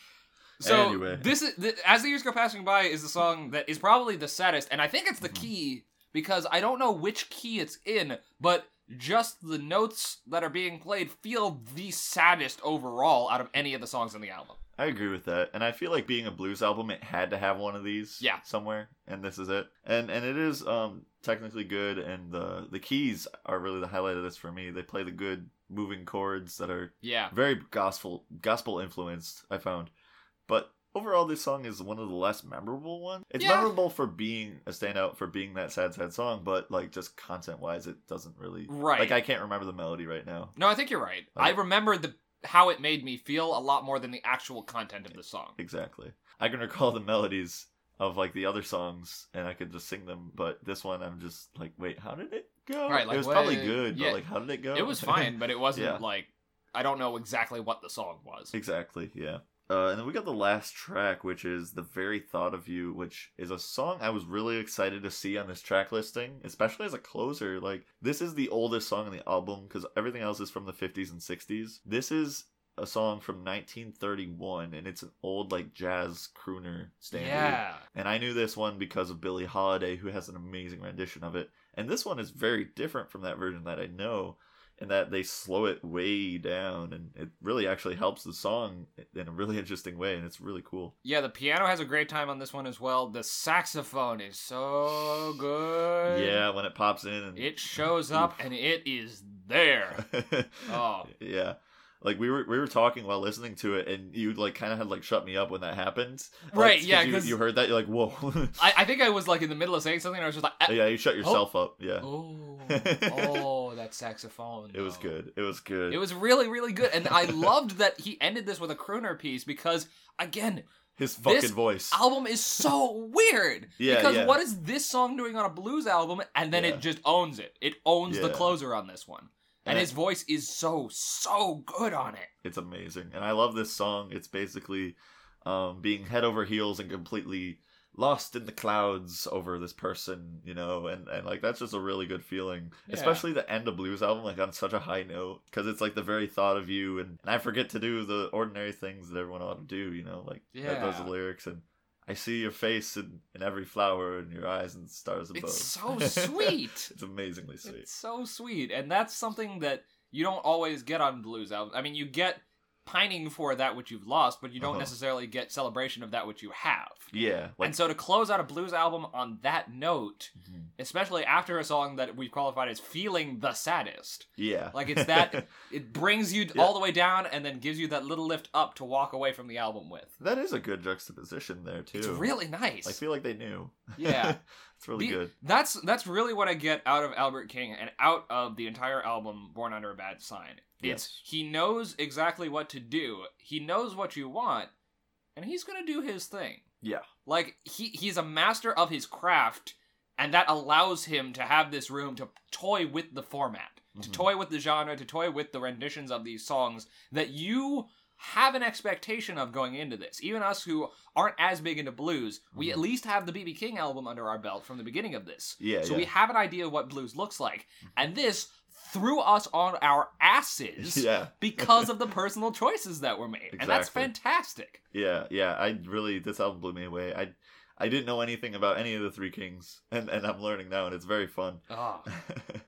S1: so
S2: Anyway.
S1: this is th- as the years go passing by is the song that is probably the saddest and i think it's the
S2: Mhm.
S1: key because i don't know which key it's in but just the notes that are being played feel the saddest overall out of any of the songs on the album
S2: I agree with that, and I feel like being a blues album, it had to have one of these,
S1: Yeah.
S2: somewhere, and this is it. And and it is um technically good, and the the keys are really the highlight of this for me. They play the good moving chords that are
S1: yeah
S2: very gospel gospel influenced i found but overall this song is one of the less memorable ones it's
S1: Yeah.
S2: memorable for being a standout for being that sad sad song but like just content wise it doesn't really
S1: right
S2: like i can't remember the melody right now
S1: no i think you're right
S2: Like-
S1: i remember the how it made me feel a lot more than the actual content of the song
S2: exactly i can recall the melodies of like the other songs and i could just sing them but this one i'm just like wait how did it go
S1: Right, like,
S2: it was probably
S1: what-
S2: good
S1: yeah.
S2: but like how did it go
S1: it was fine but it wasn't
S2: Yeah.
S1: like i don't know exactly what the song was
S2: Exactly, yeah. Uh, and then we got the last track, which is The Very Thought of You, which is a song I was really excited to see on this track listing, especially as a closer. Like, this is the oldest song on the album because everything else is from the 50s and 60s. This is a song from 1931, and it's an old, like, jazz crooner standard.
S1: yeah
S2: And I knew this one because of Billie Holiday, who has an amazing rendition of it. And this one is very different from that version that I know, in that they slow it way down, and it really actually helps the song in a really interesting way, and it's really cool.
S1: Yeah, the piano has a great time on this one as well. The saxophone is so good.
S2: Yeah, when it pops in, and
S1: It shows up and it is there. Oh.
S2: yeah. Like we were we were talking while listening to it, and you like kind of had like shut me up when that happened. Like,
S1: Right, yeah,
S2: you,
S1: 'cause-
S2: you heard that, you're like, whoa.
S1: I, I think I was like in the middle of saying something and I was just like, "Ah,
S2: yeah, you shut yourself up. Yeah,
S1: oh, oh, that saxophone.
S2: it was
S1: though."
S2: good. It was good.
S1: It was really, really good. And I loved that he ended this with a crooner piece because, again,
S2: His fucking
S1: this
S2: voice.
S1: album is so weird.
S2: Yeah,
S1: Because
S2: yeah.
S1: what is this song doing on a blues album? And then
S2: Yeah.
S1: it just owns it. It owns the
S2: Yeah.
S1: closer on this one. And
S2: And-
S1: his voice is so, so good on it.
S2: it's amazing and i love this song it's basically um, being head over heels and completely lost in the clouds over this person you know and, and like that's just a really good feeling
S1: Yeah.
S2: especially the end of blues album like on such a high note because it's like the very thought of you and, and i forget to do the ordinary things that everyone ought to do you know like that, those
S1: Yeah.
S2: lyrics and i see your face in, in every flower and your eyes and stars above
S1: It's so sweet.
S2: it's amazingly sweet
S1: it's so sweet. And that's something that you don't always get on blues albums. I mean, you get pining for that which you've lost, but you don't
S2: Uh-huh.
S1: necessarily get celebration of that which you have.
S2: yeah like
S1: and so to close out a blues album on that note,
S2: Mhm.
S1: especially after a song that we've qualified as feeling the saddest,
S2: yeah
S1: like it's that it brings you
S2: Yeah.
S1: all the way down and then gives you that little lift up to walk away from the album with.
S2: that is a good juxtaposition there too
S1: It's really nice.
S2: I feel like they knew.
S1: Yeah.
S2: it's really
S1: The-
S2: good.
S1: That's that's really what I get out of Albert King and out of the entire album Born Under a Bad Sign. It's
S2: Yes.
S1: he knows exactly what to do. He knows what you want and he's going to do his thing.
S2: Yeah.
S1: Like he he's a master of his craft and that allows him to have this room to toy with the format, to
S2: Mhm.
S1: toy with the genre, to toy with the renditions of these songs that you have an expectation of going into this. Even us who aren't as big into blues, we
S2: Mhm.
S1: at least have the BB King album under our belt from the beginning of this.
S2: Yeah,
S1: So
S2: yeah. Mm-hmm.
S1: we have an idea of what blues looks like, and this threw us on our asses
S2: yeah,
S1: because of the personal choices that were made, and that's
S2: Exactly.
S1: fantastic.
S2: yeah, yeah. I really this album blew me away. I I didn't know anything about any of the three kings, and and I'm learning now, and it's very fun.
S1: Ah,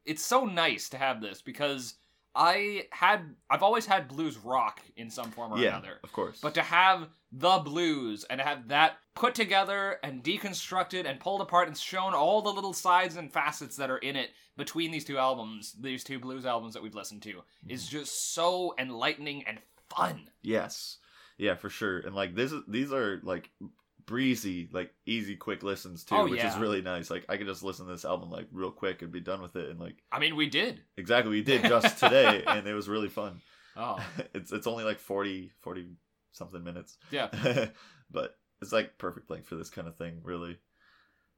S1: it's so nice to have this because I had I've always had blues rock in some form or
S2: yeah,
S1: another.
S2: of course.
S1: But to have the blues and to have that put together and deconstructed and pulled apart and shown all the little sides and facets that are in it between these two albums, these two blues albums that we've listened to, is just so enlightening and fun.
S2: yes, yeah, for sure. And like this, is, these are like breezy, like easy, quick listens too,
S1: Oh,
S2: which is
S1: yeah.
S2: really nice. Like I could just listen to this album like real quick and be done with it. And like
S1: I mean, we did.
S2: exactly, we did just today, and it was really fun.
S1: Oh,
S2: it's it's only like 40, 40 something minutes.
S1: yeah.
S2: but it's like perfect length for this kind of thing, really.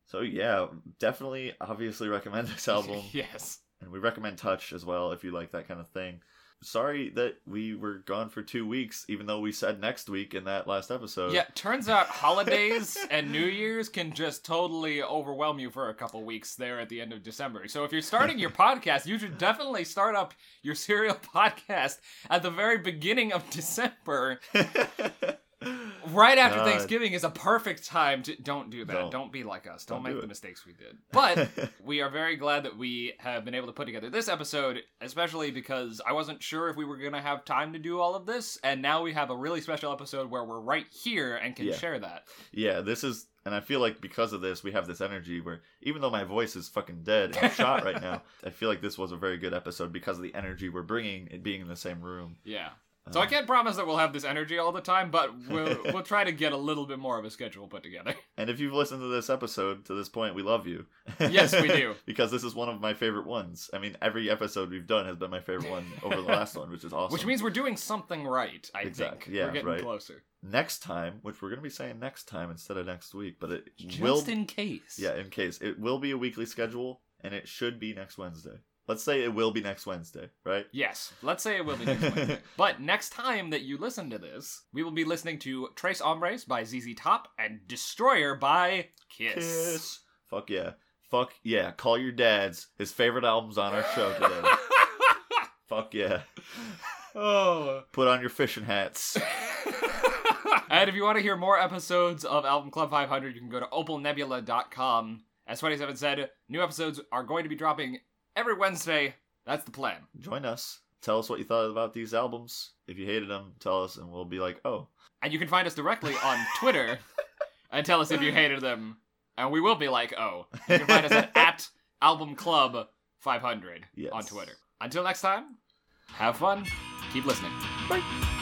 S2: So yeah, definitely, obviously recommend this album,
S1: yes.
S2: and we recommend Touch as well if you like that kind of thing. Sorry that we were gone for two weeks, even though we said next week in that last episode.
S1: Yeah, turns out holidays and New Year's can just totally overwhelm you for a couple weeks there at the end of December. So if you're starting your podcast, you should definitely start up your serial podcast at the very beginning of December. Right after
S2: God.
S1: Thanksgiving is a perfect time to don't do that.
S2: Don't.
S1: Don't, be like us. Don't,
S2: Don't
S1: make
S2: do
S1: the
S2: it.
S1: mistakes we did. But we are very glad that we have been able to put together this episode, especially because I wasn't sure if we were going to have time to do all of this, and now we have a really special episode where we're right here and can
S2: Yeah.
S1: share that.
S2: yeah, this is, and I feel like because of this, we have this energy where even though my voice is fucking dead and shot right now, I feel like this was a very good episode because of the energy we're bringing it being in the same room.
S1: Yeah. So I
S2: Um,
S1: can't promise that we'll have this energy all the time, but we'll we'll try to get a little bit more of a schedule put together.
S2: And if you've listened to this episode to this point, we love you.
S1: Yes, we do.
S2: because this is one of my favorite ones. I mean, every episode we've done has been my favorite one over the last one, which is awesome.
S1: Which means we're doing something right, I
S2: Exactly.
S1: think.
S2: Yeah,
S1: we're getting
S2: right.
S1: closer.
S2: next time, which we're going to be saying next time instead of next week, but it
S1: Just
S2: will
S1: in case.
S2: Yeah, in case. It will be a weekly schedule and it should be next Wednesday. Let's say it will be next Wednesday, right?
S1: Yes. Let's say it will be next Wednesday. But next time that you listen to this, we will be listening to Trace Hombres by ZZ Top and Destroyer by Kiss.
S2: Fuck yeah. Fuck yeah. Call your dads. His favorite albums on our show today. Fuck yeah.
S1: oh.
S2: Put on your fishing hats.
S1: and if you want to hear more episodes of Album Club 500, you can go to opalnebula.com. As 27 said, new episodes are going to be dropping every Wednesday. That's the plan.
S2: join us. Tell us what you thought about these albums. If you hated them, tell us, and we'll be like, oh,
S1: And you can find us directly on Twitter and tell us if you hated them. And we will be like, oh. You can find us at, at Album Club 500
S2: Yes.
S1: on Twitter. Until next time, have fun. Keep listening.
S2: bye.